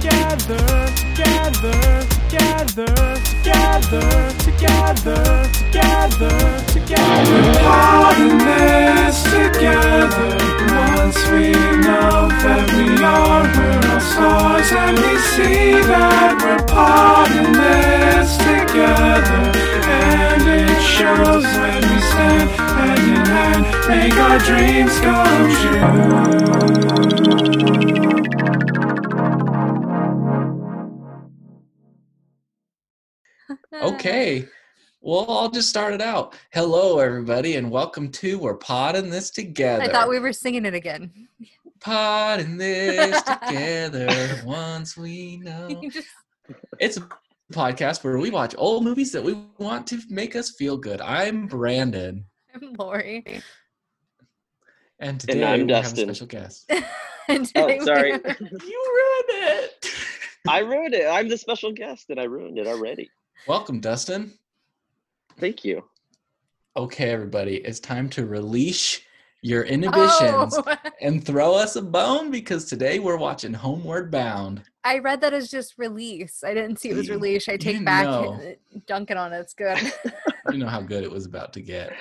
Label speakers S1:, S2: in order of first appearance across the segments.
S1: Gather, gather, gather, gather, together, together, together. We're part in this together. Once we know that we are, we're all stars, and we see that we're part in this together. And it shows when we stand hand in hand, make our dreams come true.
S2: Okay. Well, I'll just start it out. Hello, everybody, and welcome to We're Podding This Together.
S3: I thought we were singing it again.
S2: Podding This Together once we know.
S3: You just-
S2: It's a podcast where we watch old movies that we want to make us feel good. I'm Brandon,
S3: I'm Lori.
S2: and today
S4: I'm
S2: we have a
S4: Dustin.
S2: special guest.
S3: And today
S4: Oh,
S3: we
S4: sorry.
S3: are-
S2: you ruined it.
S4: I ruined it. I'm the special guest and I ruined it already.
S2: welcome, Dustin.
S4: Thank you.
S2: Okay, everybody, it's time to release your inhibitions
S3: Oh,
S2: and throw us a bone because today we're watching Homeward Bound.
S3: I read that as just release. I didn't see it was
S2: You-
S3: release. I take
S2: didn't
S3: back
S2: know.
S3: Duncan on it. It's good.
S2: You know how good it was about to get.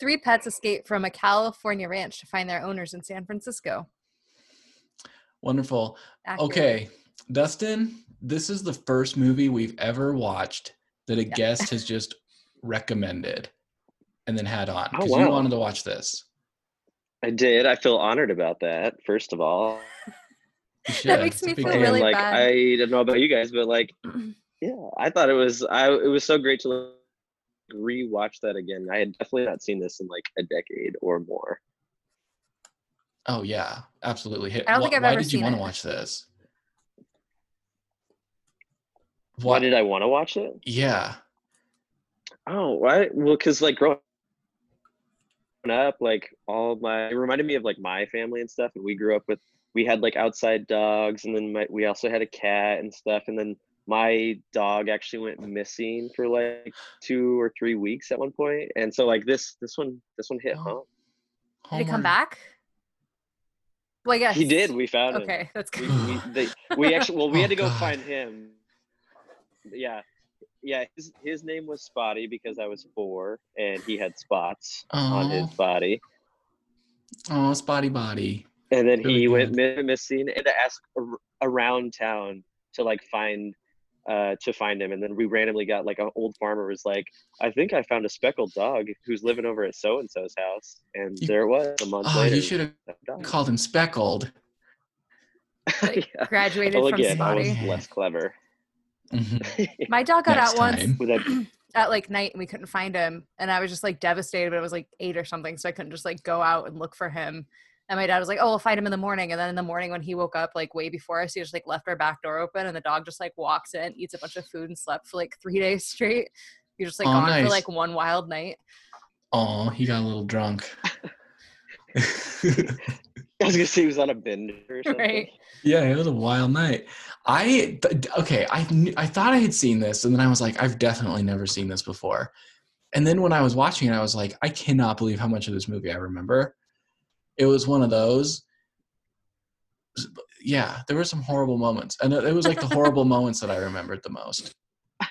S3: Three pets escape from a California ranch to find their owners in San Francisco.
S2: Wonderful.
S3: Accurate.
S2: Okay, Dustin, this is the first movie we've ever watched that a guest has just recommended and then had on
S4: Oh,
S2: because you
S4: wow.
S2: wanted to watch this.
S4: I did. I feel honored about that, first of all.
S2: You
S3: That
S2: should.
S3: makes
S2: It's a
S3: me
S2: big
S3: feel
S2: deal.
S4: And
S3: really
S4: like
S3: bad.
S4: I don't know about you guys, but like yeah, I thought it was I it was so great to like, rewatch that again. I had definitely not seen this in like a decade or more.
S2: Oh yeah, absolutely. Hit.
S3: I don't
S2: wh-
S3: think I've
S2: Why
S3: ever
S2: did you
S3: seen
S2: want to
S3: it.
S2: watch this?
S4: Why did I want to watch it?
S2: Yeah.
S4: Oh, right. Well, because like growing up, like all my it reminded me of like my family and stuff, and we grew up with we had like outside dogs, and then my, we also had a cat and stuff, and then my dog actually went missing for like two or three weeks at one point, and so like this this one this one hit
S2: Oh,
S4: home.
S3: Did he come
S2: Homeward-
S3: back? Well, yes.
S4: He did. We found him.
S3: Okay, that's
S4: We
S3: good.
S4: we, they, we actually well we
S2: Oh,
S4: had to go
S2: God.
S4: find him. Yeah, yeah. His his name was Spotty because I was four and he had spots on his
S3: Oh.
S2: Aw.
S4: body.
S2: Oh, Spotty Body.
S4: and then
S2: Really
S4: he went mi- missing and to ask ar- around town to like find uh to find him and then we randomly got like an old farmer was like i think i found a speckled dog who's living over at so and so's house and
S2: You-
S4: there it was a
S3: Ah,
S4: month
S2: Oh,
S4: later
S2: you should have
S4: that dog.
S2: called him Speckled.
S3: Like,
S4: yeah.
S3: Graduated
S4: well
S3: from
S4: again i was
S3: Spotty.
S4: less clever
S2: Mhm.
S3: My dog got
S2: Next
S3: out once
S2: time.
S4: with that
S3: at like night and we couldn't find him and i was just like devastated but it was like eight or something so i couldn't just like go out and look for him and my dad was like oh we'll find him in the morning and then in the morning when he woke up like way before us he just like left our back door open and the dog just like walks in eats a bunch of food and slept for like three days straight you're just like
S2: Aw,
S3: gone for
S2: nice.
S3: like one wild night
S2: Oh, he got a little drunk.
S4: i was gonna say he was on a bender or something
S3: Right.
S2: Yeah, it was a wild night. I th- okay, I kn- I thought I had seen this, and then I was like, I've definitely never seen this before. And then when I was watching it, I was like, I cannot believe how much of this movie I remember. It was one of those. Yeah, there were some horrible moments, and it was like the horrible moments that I remembered the most.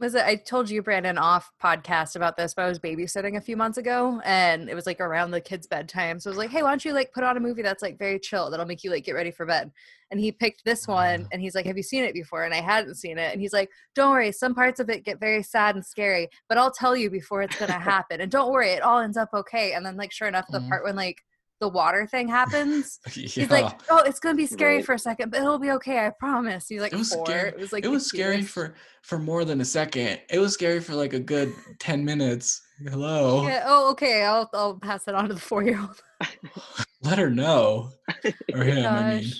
S3: was it i told you brandon off podcast about this but i was babysitting a few months ago and it was like around the kids bedtime so i was like hey why don't you like put on a movie that's like very chill that'll make you like get ready for bed and he picked this one and he's like have you seen it before and i hadn't seen it and he's like don't worry some parts of it get very sad and scary but i'll tell you before it's gonna happen and don't worry it all ends up okay and then like sure enough the
S2: Mhm.
S3: part when like the water thing happens
S2: Yeah.
S3: he's like oh it's gonna be scary
S4: Right.
S3: for a second but it'll be okay i promise he's like
S2: It was
S3: four.
S2: scary-
S3: it was like
S2: it
S3: the
S2: was scary
S3: cutest.
S2: for for more than a second. It was scary for like a good ten minutes. Hello,
S3: Yeah, oh, okay. I'll I'll pass it on to the four year old.
S2: let her know or him. I mean.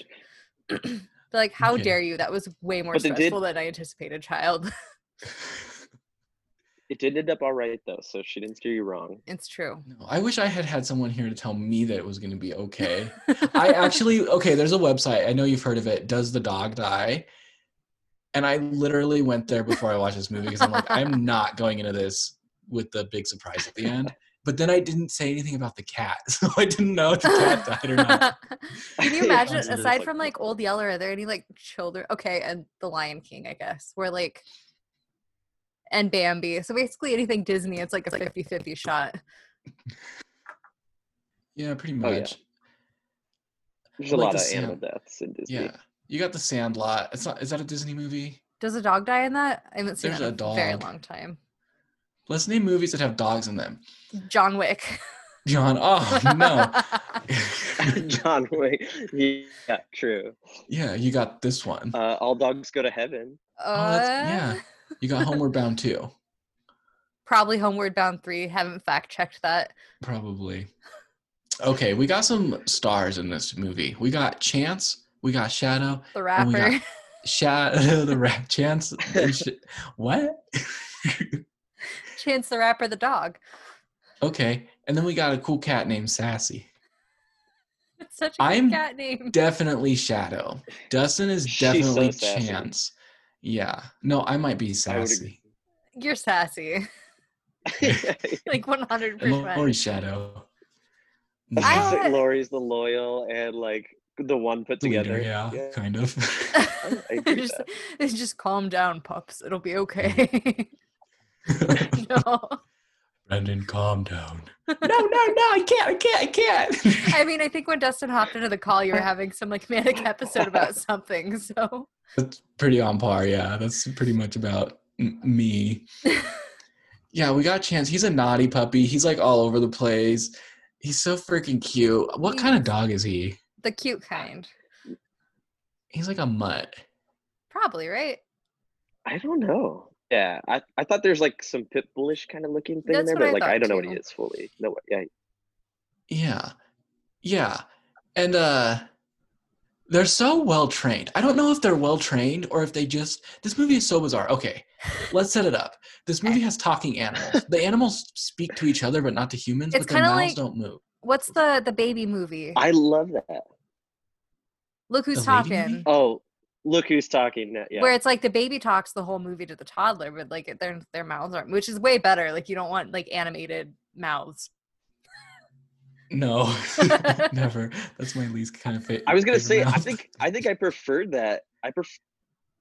S3: Gosh. like, how
S2: Okay.
S3: dare you? That was way more
S4: But they did-
S3: stressful than I anticipated, child.
S4: it did end up all right though so she didn't steer you wrong
S3: it's true.
S2: No, I wish I had had someone here to tell me that it was going to be okay. I actually, okay, there's a website. I know you've heard of it. Does the dog die? And I literally went there before I watched this movie because I'm like, I'm not going into this with the big surprise at the end. But then I didn't say anything about the cat, so I didn't know if the cat died or not.
S3: Can you
S4: Yeah,
S3: imagine?
S4: it's just
S3: aside
S4: like-
S3: from like Old Yeller, are there any like children? Okay, and The Lion King, I guess. Where like, and Bambi. So basically, anything Disney, it's like a 50-50 shot.
S2: Yeah, pretty
S4: Oh, yeah.
S2: much.
S4: There's a
S2: Like
S4: lot
S2: the
S4: of
S2: Sam-
S4: animal deaths in Disney.
S2: yeah. You got the Sandlot. It's not. Is that a Disney movie?
S3: Does a dog die in that? I haven't seen
S2: There's
S3: that in
S2: a
S3: a very
S2: dog.
S3: long time.
S2: Let's name movies that have dogs in them.
S3: John Wick.
S2: John. Oh no.
S4: John Wick. Yeah, true.
S2: yeah, you got this one.
S4: Uh, all dogs go to heaven.
S2: Oh, that's-
S3: Uh,
S2: You got Homeward Bound too.
S3: Probably Homeward Bound 3. Haven't fact checked that.
S2: Probably. Okay, we got some stars in this movie. We got Chance, we got Shadow,
S3: The
S2: And we got-
S3: rapper.
S2: Shadow the Rat Chance. and Sh- what?
S3: Chance the rapper, the dog.
S2: Okay, and then we got a cool cat named Sassy.
S3: It's such a
S2: I'm-
S3: good cat name.
S2: Definitely Shadow. Dustin is
S4: She's so
S2: definitely
S4: sassy.
S2: Chance. Yeah. No, I might be
S4: I would
S2: Sassy.
S3: You're sassy.
S4: agree.
S3: Like 100%.
S2: And Lori Shadow.
S3: I-
S4: Like, Lori's the loyal and like the one put
S2: The leader,
S4: together.
S2: yeah,
S4: yeah.
S2: kind of.
S4: I agree with
S3: just, it's just calm down, pups. It'll be okay. no,
S2: Brendan, calm down. no, no, no, I can't, I can't, I can't.
S3: I mean, I think when Dustin hopped into the call, you were having some like manic episode about something. So
S2: That's pretty on par. Yeah, that's pretty much about m- me. yeah, we got Chance. He's a naughty puppy. He's like all over the place. He's so freaking cute. What
S3: He
S2: kind of
S3: is.
S2: dog is he?
S3: the cute kind,
S2: He's like a mutt.
S3: probably right.
S4: I don't know. Yeah, I, I thought there's like some pit bullish kind of looking thing in
S3: That's
S4: there,
S3: what
S4: but
S3: I
S4: like I
S3: thought,
S4: don't know what he
S3: too.
S4: is fully. No, yeah,
S2: Yeah. Yeah. And uh they're so well trained. I don't know if they're well trained or if they just this movie is so bizarre. Okay. Let's set it up. This movie has talking animals. The animals speak to each other but not to humans,
S3: It's
S2: but their
S3: kinda like-
S2: mouths don't move.
S3: What's the the baby movie?
S4: I love that.
S3: Look who's
S2: The Lady
S3: talking.
S2: Movie?
S4: Oh, look who's talking. now, Yeah,
S3: Where it's like the baby talks the whole movie to the toddler, but like their their mouths aren't, which is way better. Like you don't want like animated mouths.
S2: No. Never. That's my least kind of favorite.
S4: I was gonna say I think I think I preferred that. I pref-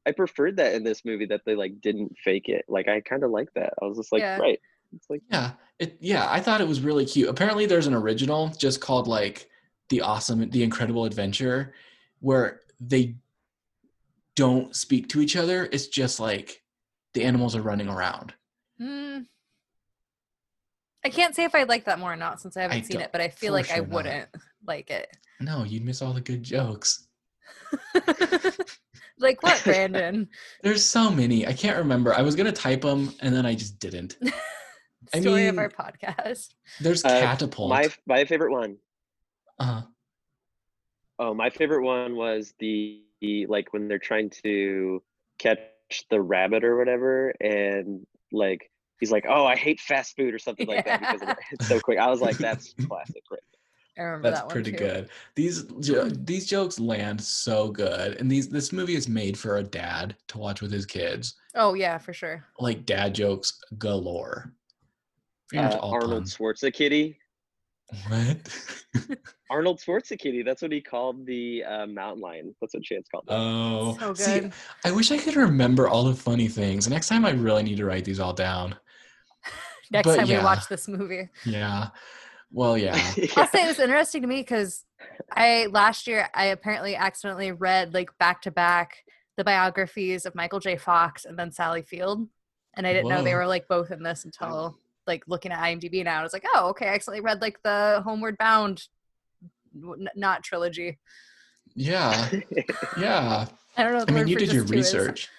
S4: I preferred that in this movie that they like didn't fake it. Like I kind of like that. I was just like,
S3: Yeah.
S4: right. It's like
S2: Yeah. It yeah, I thought it was really cute. Apparently there's an original just called like The Awesome The Incredible Adventure where they don't speak to each other. It's just like the animals are running around. Mm.
S3: Hmm. I can't say if I like that more or not since I haven't seen
S2: don't-
S3: it, but I feel
S2: for
S3: like I
S2: sure not.
S3: wouldn't like it.
S2: No, you'd miss all the good jokes.
S3: like what, Brandon?
S2: There's so many. I can't remember. I was going to type them and then I just didn't. I
S3: Story of our
S2: mean-
S3: podcast.
S2: There's
S4: Uh,
S2: catapult.
S4: my my favorite one.
S2: uh,
S4: Oh, my favorite one was the, the like when they're trying to catch the rabbit or whatever, and like he's like, "Oh, I hate fast food" or something like that because of it. it's so quick. I was like, "That's classic." Right?
S3: I remember
S2: that's
S3: that one.
S2: pretty
S3: too.
S2: good. These jo- these jokes land so good, and these this movie is made for a dad to watch with his kids.
S3: Oh yeah, for sure.
S2: like dad jokes galore. Pretty much
S4: Uh,
S2: all
S4: Arnold
S2: puns.
S4: Schwarzenegger.
S2: What?
S4: Arnold Schwarzenegger. That's what he called the uh, mountain lion. That's what Chance called it.
S2: oh,
S3: So
S2: see,
S3: good.
S2: I wish I could remember all the funny things. Next time, I really need to write these all down.
S3: Next
S2: But
S3: time
S2: yeah.
S3: we watch this movie.
S2: Yeah. Well, yeah.
S4: Yeah.
S3: I'll say it was interesting to me because I last year I apparently accidentally read like back to back the biographies of Michael J. Fox and then Sally Field, and I didn't know they
S2: Whoa.
S3: were like both in this until like looking at IMDb now. I was like, oh, okay. I accidentally read like the Homeward Bound, w- n- not trilogy.
S2: Yeah. Yeah.
S3: I don't know. what
S2: I
S3: the
S2: mean,
S3: word
S2: you
S3: for
S2: did your
S3: just two is.
S2: research.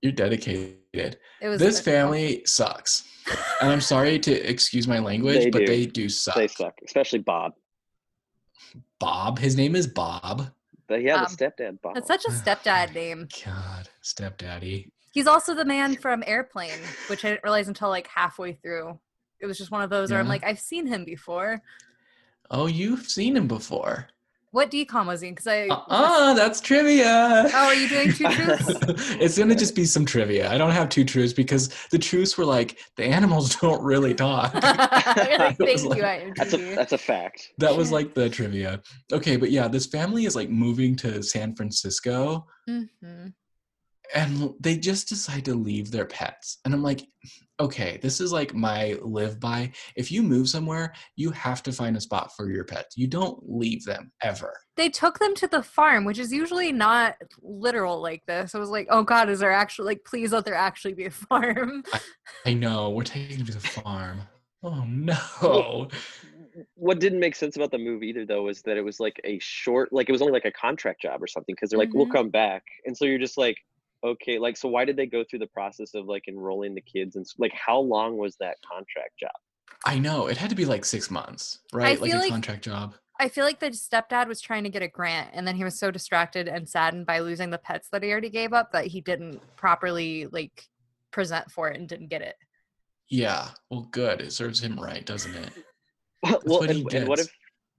S2: You're dedicated.
S3: It was
S2: This family sucks. And I'm sorry to excuse my language,
S4: They
S2: but
S4: do.
S2: they do suck.
S4: they suck, especially Bob.
S2: Bob, his name is Bob.
S4: The, yeah,
S3: Bob.
S4: the stepdad Bob.
S3: That's such a stepdad name.
S2: God, stepdaddy.
S3: He's also the man from Airplane, which I didn't realize until like halfway through. It was just one of those where I'm
S2: Yeah.
S3: like, I've seen him before.
S2: Oh, you've seen him before.
S3: What decom was he? Because I.
S4: Uh,
S2: Uh-uh, that's trivia.
S3: Oh, are you doing two truths?
S2: it's gonna just be some trivia. I don't have two truths because the truths were like the animals don't really talk.
S3: You're like,
S2: It was
S3: thank
S2: like-
S3: you,
S4: That's a
S3: IMDb.
S4: that's a fact.
S2: That was like the trivia. Okay, but yeah, this family is like moving to San Francisco
S3: Mhm.
S2: and they just decide to leave their pets. And I'm like, okay, this is like my live by. If you move somewhere, you have to find a spot for your pets. You don't leave them ever.
S3: They took them to the farm, which is usually not literal like this. I was like, oh God, is there actually, like, please let there actually be a farm?
S2: I know, we're taking them to the farm. Oh no.
S4: What didn't make sense about the move either though was that it was like a short like it was only like a contract job or something because they're like we'll
S2: Mm-hmm.
S3: Mhm.
S4: come back and so you're just like okay like so why did they go through the process of like enrolling the kids and s- like how long was that contract job?
S2: I know. It had to be like six months, right? Like
S3: feel
S2: a
S3: like-
S2: contract job.
S3: I feel like the stepdad was trying to get a grant and then he was so distracted and saddened by losing the pets that he already gave up that he didn't properly, like, present for it and didn't get it.
S2: Yeah. Well, good. It serves him right, doesn't it?
S4: well,
S2: what he
S4: and, and what
S2: gets.
S4: if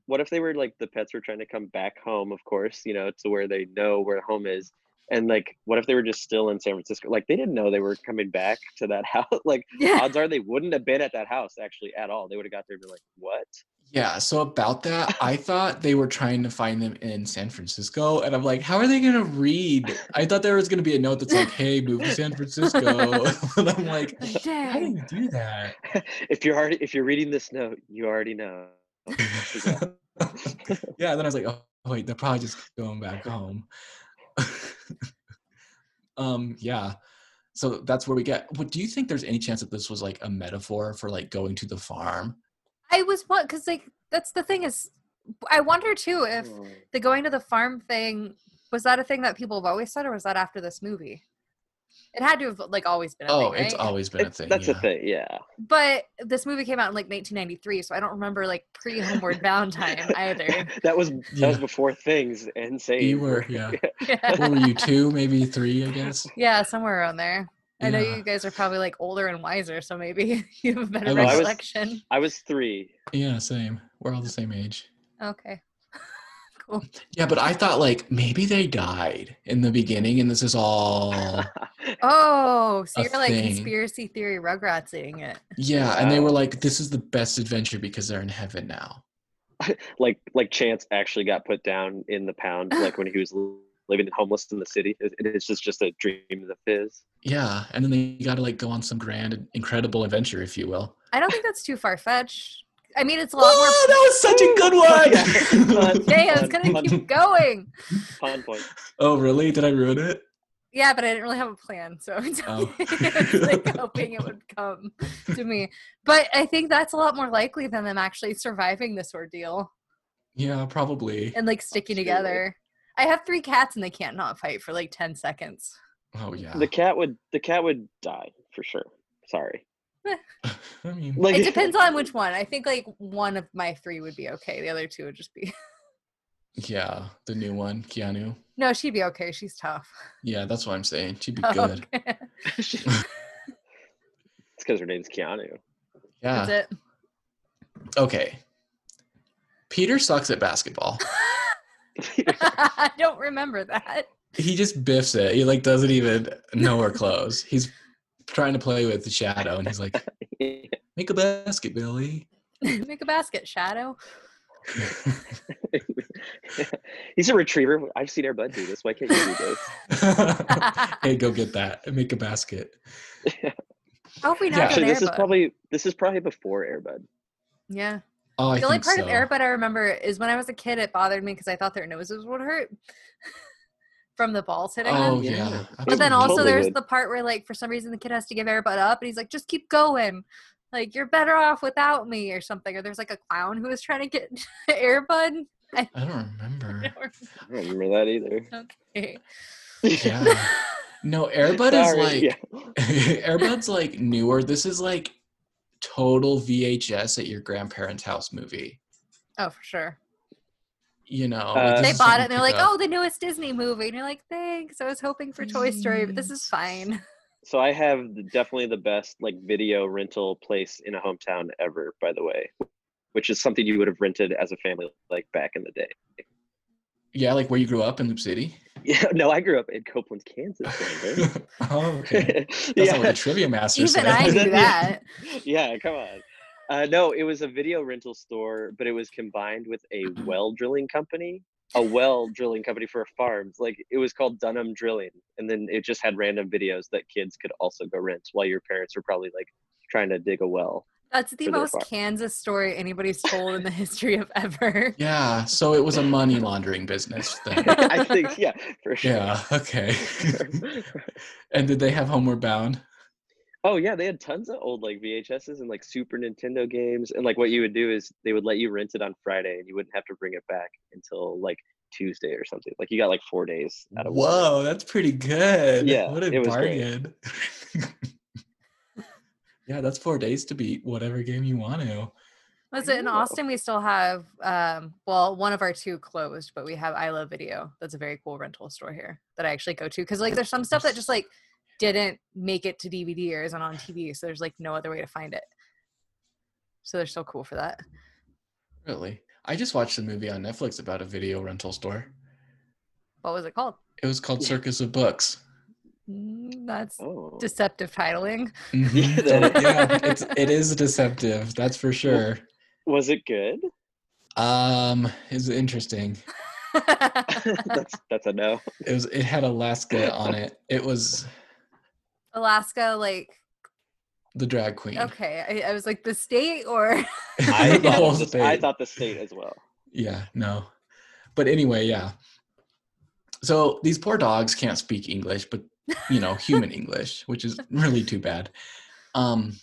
S4: what if they were like the pets were trying to come back home, of course, you know, to where they know where home is. And like what if they were just still in San Francisco? Like they didn't know they were coming back to that house. Like
S3: Yeah.
S4: odds are they wouldn't have been at that house actually at all. They would have got there and been like, What?
S2: Yeah. So about that, I thought they were trying to find them in San Francisco, and I'm like, how are they gonna read? I thought there was gonna be a note that's like, "Hey, move to San Francisco," and I'm like, how do
S3: Dang.
S2: you do that?
S4: if you're already if you're reading this note, you already know.
S2: yeah. And then I was like, oh wait, they're probably just going back home. um. Yeah. So that's where we get. What do you think? There's any chance that this was like a metaphor for like going to the farm?
S3: I was what? Because, like, that's the thing is, I wonder too if
S2: Oh,
S3: the going to the farm thing was that a thing that people have always said, or was that after this movie? It had to have like always been. A
S2: Oh,
S3: thing,
S2: it's
S3: right?
S2: always been
S4: It's-
S2: a thing.
S4: that's
S2: yeah.
S4: a thing, yeah.
S3: But this movie came out in like 1993, so I don't remember like pre Homeward Bound time either.
S4: that was that
S2: Yeah.
S4: was before things and saying
S2: You were, yeah. what were
S3: Yeah.
S2: you two maybe three i guess
S3: yeah, somewhere around there. I know
S2: Yeah.
S3: you guys are probably like older and wiser, so maybe you have a better
S2: I was-
S3: recollection.
S4: I was three.
S2: yeah same we're all the same age
S3: Okay.
S2: yeah but i thought like maybe they died in the beginning and this is all
S3: Oh, so
S2: A
S3: you're like
S2: thing.
S3: conspiracy theory Rugrats eating it.
S2: yeah and they were
S4: Wow.
S2: like this is the best adventure because they're in heaven now
S4: like like Chance actually got put down in the pound, like when he was l- living homeless in the city. It- it- It's just just a dream of his.
S2: yeah and then they got to like go on some grand and incredible adventure if you will
S3: I don't think that's too far fetched. I mean, it's a lot more.
S2: oh that was such a good one
S3: Hey, I was gonna
S4: Fun.
S3: keep going.
S4: Fun point.
S2: oh really did i ruin it
S3: Yeah, but I didn't really have a plan, so I'm
S2: Oh.
S3: like hoping it would come to me. But I think that's a lot more likely than them actually surviving this ordeal
S2: yeah probably
S3: and like sticking
S4: Absolutely.
S3: together. I have three cats and they can't not fight for like ten seconds.
S2: oh yeah
S4: The cat would the cat would die for sure. Sorry.
S2: i mean
S4: Like
S3: It depends on which one. I think like one of my three would be okay. The other two would just be
S2: yeah the new one keanu
S3: no. She'd be okay. She's tough.
S2: yeah that's what i'm saying she'd be
S3: Oh,
S2: good
S3: okay.
S4: it's because her name's Keanu.
S2: yeah Ah.
S3: That's it.
S2: okay. Peter sucks at basketball.
S3: I don't remember that.
S2: He just biffs it. He like doesn't even nowhere close. He's trying to play with the shadow, and he's like, "Make a basket, Billy."
S3: Make a basket, Shadow.
S4: He's a retriever. I've seen our bud do this. Why can't you do this?
S2: hey, go get that. Make a basket.
S3: Oh, we not
S2: Yeah.
S3: yeah.
S4: Actually, this is probably this is probably before Airbud.
S3: yeah.
S2: Oh, I
S3: the only
S2: think
S3: part
S2: so.
S3: of Airbud I remember is when I was a kid, it bothered me because I thought their noses would hurt from the balls hitting
S2: oh
S3: them.
S4: Yeah.
S2: yeah.
S3: But then also
S4: Totally
S3: there's
S4: would.
S3: the part where like for some reason the kid has to give Airbud up, and he's like, "Just keep going." Like you're better off without me, or something. Or there's like a clown who was trying to get Airbud.
S2: I don't remember.
S4: I don't remember that either.
S3: Okay.
S2: Yeah. No, Airbud is
S4: Sorry,
S2: like
S4: yeah.
S2: Airbud's like newer. This is like total VHS at your grandparents' house movie.
S3: oh, for sure.
S2: You know,
S4: Uh,
S2: this
S3: They
S2: is
S3: bought
S2: something
S3: it and
S2: you
S3: they're like,
S2: pick up.
S3: "Oh, the newest Disney movie," and you're like, "Thanks." I was hoping for Toy Story, but this is fine.
S4: So I have the, definitely the best like video rental place in a hometown ever, by the way, which is something you would have rented as a family like back in the day.
S3: "Oh."
S2: Yeah, like where you grew up in Loop City.
S4: Yeah, no, I grew up in Copeland, Kansas. Brandon.
S2: oh, okay. That's not what the
S4: yeah,
S2: trivia master
S3: Even
S2: said.
S3: I
S4: Is
S3: knew that.
S4: that yeah, come on. Uh, no, it was a video rental store, but it was combined with a well drilling company, a well drilling company for farms. Like it was called Dunham Drilling, and then it just had random videos that kids could also go rent while your parents were probably like trying to dig a well.
S3: That's the
S4: For their
S3: most
S4: farm.
S3: Kansas story anybody's told in the history of ever.
S2: yeah, so it was a money laundering business thing.
S4: I think, yeah, for sure.
S2: yeah, okay. and did they have Homeward Bound?
S4: Oh yeah, they had tons of old like VHSs and like Super Nintendo games. And like what you would do is they would let you rent it on Friday and you wouldn't have to bring it back until like Tuesday or something. Like you got like four days out of one.
S2: Whoa, that's pretty good.
S4: Yeah,
S2: what a
S4: it was great.
S2: bargain. yeah, that's four days to beat whatever game you want to.
S3: Was it in
S4: Ooh.
S3: Austin? We still have, um, well, one of our two closed, but we have I Love Video. That's a very cool rental store here that I actually go to because like there's some stuff that just like didn't make it to DVD or isn't on TV, so there's like no other way to find it. So they're still cool for that.
S2: Really? I just watched a movie on Netflix about a video rental store.
S3: What was it called?
S2: It was called
S4: Yeah.
S2: Circus of Books.
S3: Mm, That's
S4: Oh.
S3: deceptive titling.
S2: Mhm.
S4: Yeah,
S2: So,
S4: that-
S2: yeah, it's, it is deceptive, that's for sure.
S4: Was it good?
S2: Um, is interesting.
S4: that's that's a no.
S2: It was. It had Alaska on it. It was
S3: Alaska, like
S2: the drag queen.
S3: okay, I, I was like the state or
S4: I
S2: the
S4: thought,
S2: whole
S4: it was- I
S2: thing.
S4: thought the state as well.
S2: Yeah, no. But anyway, yeah. So these poor dogs can't speak English, but you know, human English, which is really too bad. Um,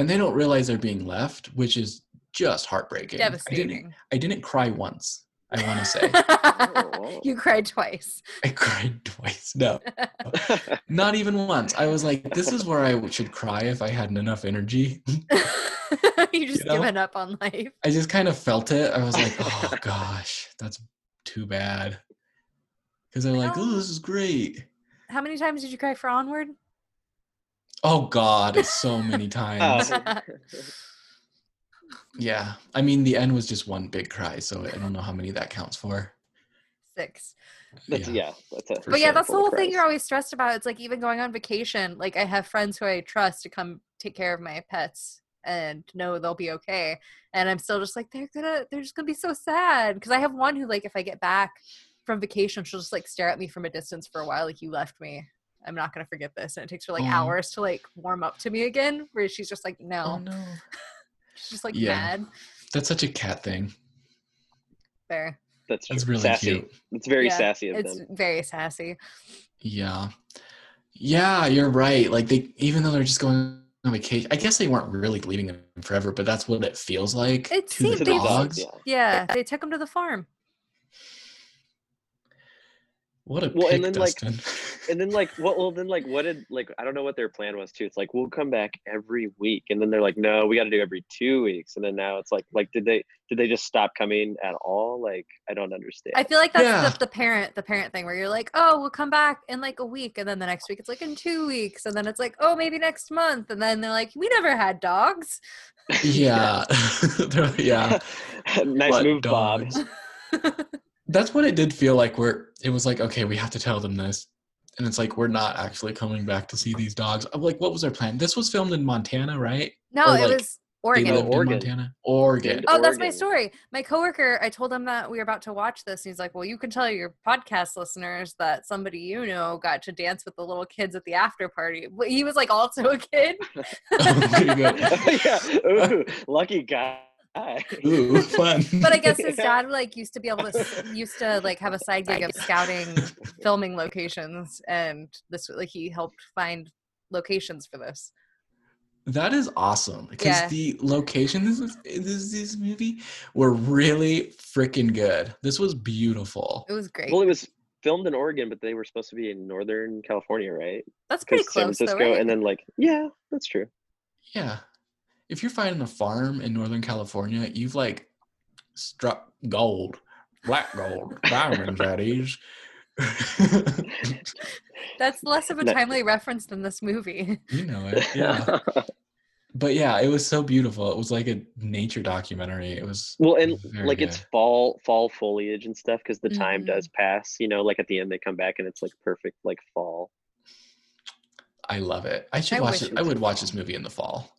S2: and they don't realize they're being left, which is just heartbreaking. I didn't,
S3: devastating.
S2: I didn't cry once. I want to say
S4: Oh, wow.
S3: you cried twice.
S2: I cried twice. No, not even once. I was like, this is where I should cry if I hadn't enough energy.
S3: you just
S2: know?
S3: given up on life.
S2: I just kind of felt it. I was like, oh gosh, that's too bad. Because they're like, oh, this is great.
S3: How many times did you cry for Onward?
S2: Oh God, it's so many times.
S4: Oh.
S2: Yeah, I mean the end was just one big cry, so I don't know how many that counts for.
S3: Six.
S4: That's
S2: Yeah.
S4: yeah, that's a
S2: For
S3: but yeah,
S2: sure.
S3: that's the
S4: full of
S3: whole thing you're
S4: cries.
S3: always stressed about. It's like even going on vacation, like I have friends who I trust to come take care of my pets and know they'll be okay. And I'm still just like, they're gonna, they're just gonna be so sad. Cause I have one who, like, if I get back from vacation, she'll just like stare at me from a distance for a while, like, you left me. I'm not gonna forget this. And it takes her like
S4: Mm-hmm.
S2: Aw.
S3: hours to like warm up to me again, where she's just like, no.
S4: Mm-hmm.
S2: Oh no,
S3: She's just like
S2: Yeah.
S3: mad.
S2: that's such a cat thing.
S3: There.
S4: That's,
S2: That's
S4: true.
S2: really
S4: sassy.
S2: cute.
S4: It's very
S3: Yeah,
S4: sassy of
S3: It's
S4: them.
S3: very sassy.
S2: Yeah, yeah, you're right. Like they, even though they're just going on vacation, I guess they weren't really leaving them forever, but that's what it feels like
S3: It
S2: to
S3: seems-
S2: the
S4: To the
S3: they've-
S2: dogs.
S4: yeah.
S3: Yeah, they took him to the farm.
S2: What a
S4: Well,
S2: pick,
S4: and then, like-
S2: Dustin.
S4: and then like what well then like what did like i don't know what their plan was too it's like we'll come back every week and then they're like no we got to do every two weeks and then now it's like like did they did they just stop coming at all like i don't understand
S3: I feel like that's
S2: Yeah.
S3: the, the parent the parent thing where you're like, oh, we'll come back in like a week, and then the next week it's like in two weeks, and then it's like, oh, maybe next month, and then they're like, we never had dogs.
S2: yeah, They're- yeah.
S4: nice
S2: What
S4: move bob
S2: dogs. that's what it did feel like where it was like okay we have to tell them this and it's like we're not actually coming back to see these dogs I'm like what was our plan this was filmed in montana right
S3: No,
S2: Or,
S3: it
S2: like,
S3: was
S2: They
S3: Oregon.
S2: lived in
S4: Oregon.
S2: montana oregon
S3: Oh, that's my
S4: Oregon.
S3: story. My coworker, I told him that we were about to watch this, and he's like, "Well, you can tell your podcast listeners that somebody you know got to dance with the little kids at the after party." But he was like also a kid.
S2: There you go.
S4: yeah Ooh, lucky guy
S2: ooh fun
S3: Oh. but I guess his
S4: Yeah.
S3: dad like used to be able to s- used to like have a side gig of scouting filming locations, and this like he helped find locations for this.
S2: that is awesome because
S3: Yeah.
S2: the locations in this, this, this movie were really freaking good this was beautiful
S3: It was great.
S4: well it was filmed in oregon but they were supposed to be in northern california right
S3: That's pretty
S4: because san
S3: close, though,
S4: francisco
S3: right?
S4: and then like yeah that's true
S2: yeah if you're finding a farm in northern california you've like struck gold black gold diamonds that is
S3: That's less of a
S4: No.
S3: timely reference than this movie.
S2: You know it. Yeah. but yeah, it was so beautiful. It was like a nature documentary. It was
S4: Well, and
S2: Very
S4: like
S2: good.
S4: it's fall fall foliage and stuff because the time
S3: Mhm.
S4: does pass. You know, like at the end they come back and it's like perfect like fall.
S2: I love it. I should
S3: I
S2: watch
S3: wish
S2: it.
S3: it
S2: I
S3: was
S2: would
S3: in
S2: watch
S3: fall.
S2: this movie in the fall.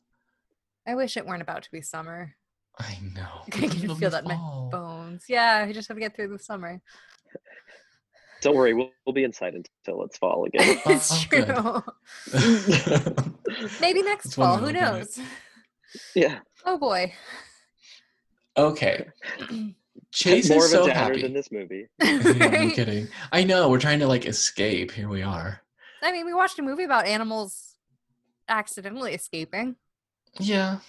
S3: I wish it weren't about to be summer.
S2: I know.
S3: I can
S2: It'll be
S3: feel that in my
S2: fall.
S3: Bones. Yeah, I just have to get through the summer.
S4: Don't worry, we'll, we'll be inside until it's fall again.
S3: it's
S2: oh, good.
S3: true. Maybe next
S2: It's one
S3: fall.
S2: way
S3: Who
S2: to look at it.
S3: knows?
S4: yeah,
S3: Oh boy.
S2: okay. Chase
S4: more
S2: is
S4: of a
S2: so
S4: downer
S2: happy.
S4: than this movie.
S2: Yeah, no
S3: Right?
S2: kidding. I know. We're trying to like escape. Here we are.
S3: I mean, we watched a movie about animals accidentally escaping.
S2: Yeah.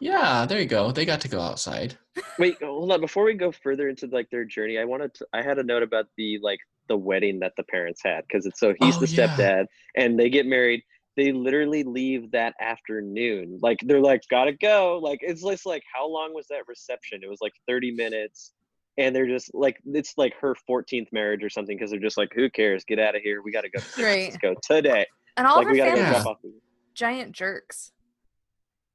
S2: Yeah. There you go. They got to go outside.
S4: Wait, oh, hold on. Before we go further into like their journey, I wanted to, I had a note about the like the wedding that the parents had because it's so he's
S2: Oh,
S4: the
S2: yeah.
S4: stepdad and they get married. They literally leave that afternoon. Like they're like gotta go. Like it's just like how long was that reception? It was like thirty minutes, and they're just like it's like her fourteenth marriage or something because they're just like who cares? Get out of here. We gotta go. to San
S3: Right.
S4: Francisco today.
S3: And all
S4: like
S3: of
S4: we
S3: her
S4: gotta
S3: fans
S4: go
S2: families-
S4: drop off. the-
S3: giant jerks.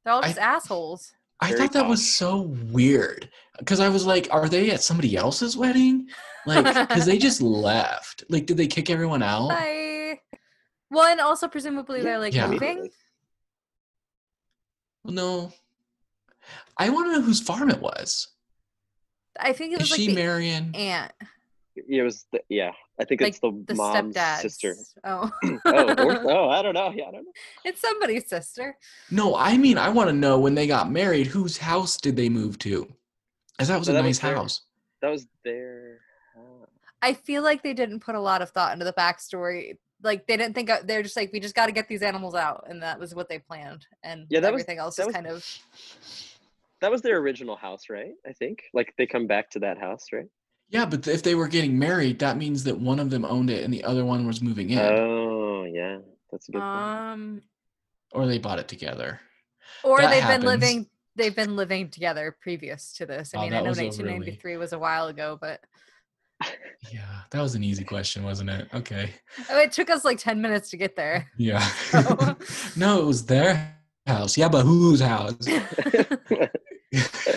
S3: They're all
S2: I-
S3: just assholes.
S2: I
S4: Very
S2: thought that was so weird because I was like, are they at somebody else's wedding? Like, because they just left. Like, did they kick everyone out?
S3: I well, and also presumably they're like
S2: Oh. Yeah.
S3: moving.
S2: No. I want to know whose farm it was.
S3: I think it
S2: Is
S3: was
S2: she
S3: like the
S2: Marion?
S3: aunt,
S4: Yeah, it was. The, yeah, I think it's the,
S3: the
S4: mom's
S3: stepdad,
S4: sister.
S3: Oh,
S4: oh, or, oh, I don't know. Yeah, I don't know.
S3: it's somebody's sister.
S2: No, I mean, I want to know when they got married, whose house did they move to? Because that was
S4: No,
S2: a
S4: that
S2: nice
S4: was theirs.
S2: house.
S4: That was their. uh, house.
S3: I feel like they didn't put a lot of thought into the backstory. Like they didn't think of- they're just like we just got to get these animals out, and that was what they planned. And
S4: Yeah, that was-
S3: everything else
S4: that
S3: is
S4: was-
S3: kind of
S4: That was their original house, right? I think. Like they come back to that house, right?
S2: Yeah, but if they were getting married, that means that one of them owned it and the other one was moving in,
S4: Oh yeah, that's a good. point.
S3: um,
S2: or they bought it together.
S3: or
S2: That
S3: they've
S2: happens.
S3: been living they've been living together previous to this. I
S2: Oh,
S3: mean, I
S2: that
S3: know
S2: was a really-
S3: 1993 was a while ago, but
S2: Yeah, that was an easy question, wasn't it? Okay.
S3: oh, it took us like 10 minutes to get there.
S2: Yeah.
S3: Oh.
S2: no, it was their house. Yeah, but whose house?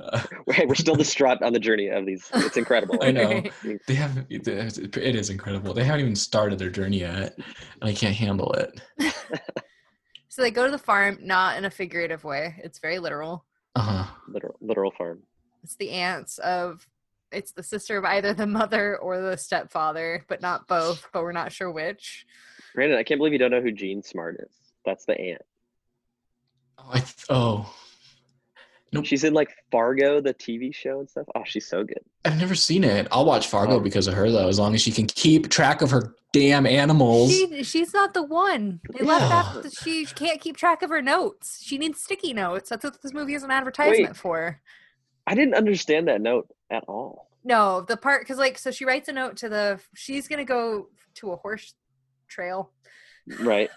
S2: Uh,
S4: Hey, we're still distraught on the journey of these. It's incredible.
S2: I know.
S3: Right.
S2: they have it is it is incredible. They haven't even started their journey yet, and I can't handle it.
S3: So they go to the farm, not in a figurative way. It's very literal.
S2: Uh huh.
S4: Literal, literal farm.
S3: It's the aunts of it's the sister of either the mother or the stepfather, but not both, but we're not sure which.
S4: Brandon, I can't believe you don't know who Jean Smart is. That's the aunt.
S2: Oh, I th- oh, Nope.
S4: She's in like Fargo, the TV show and stuff. Oh, she's so good.
S2: I've never seen it. I'll watch Fargo
S4: Oh.
S2: because of her though. As long as she can keep track of her damn animals.
S3: She she's not the one. They left
S4: Yeah.
S3: that she can't keep track of her notes. She needs sticky notes. That's what this movie is an advertisement for.
S4: I didn't understand that note at all.
S3: No, the part because like so she writes a note to the she's gonna go to a horse trail.
S4: Right.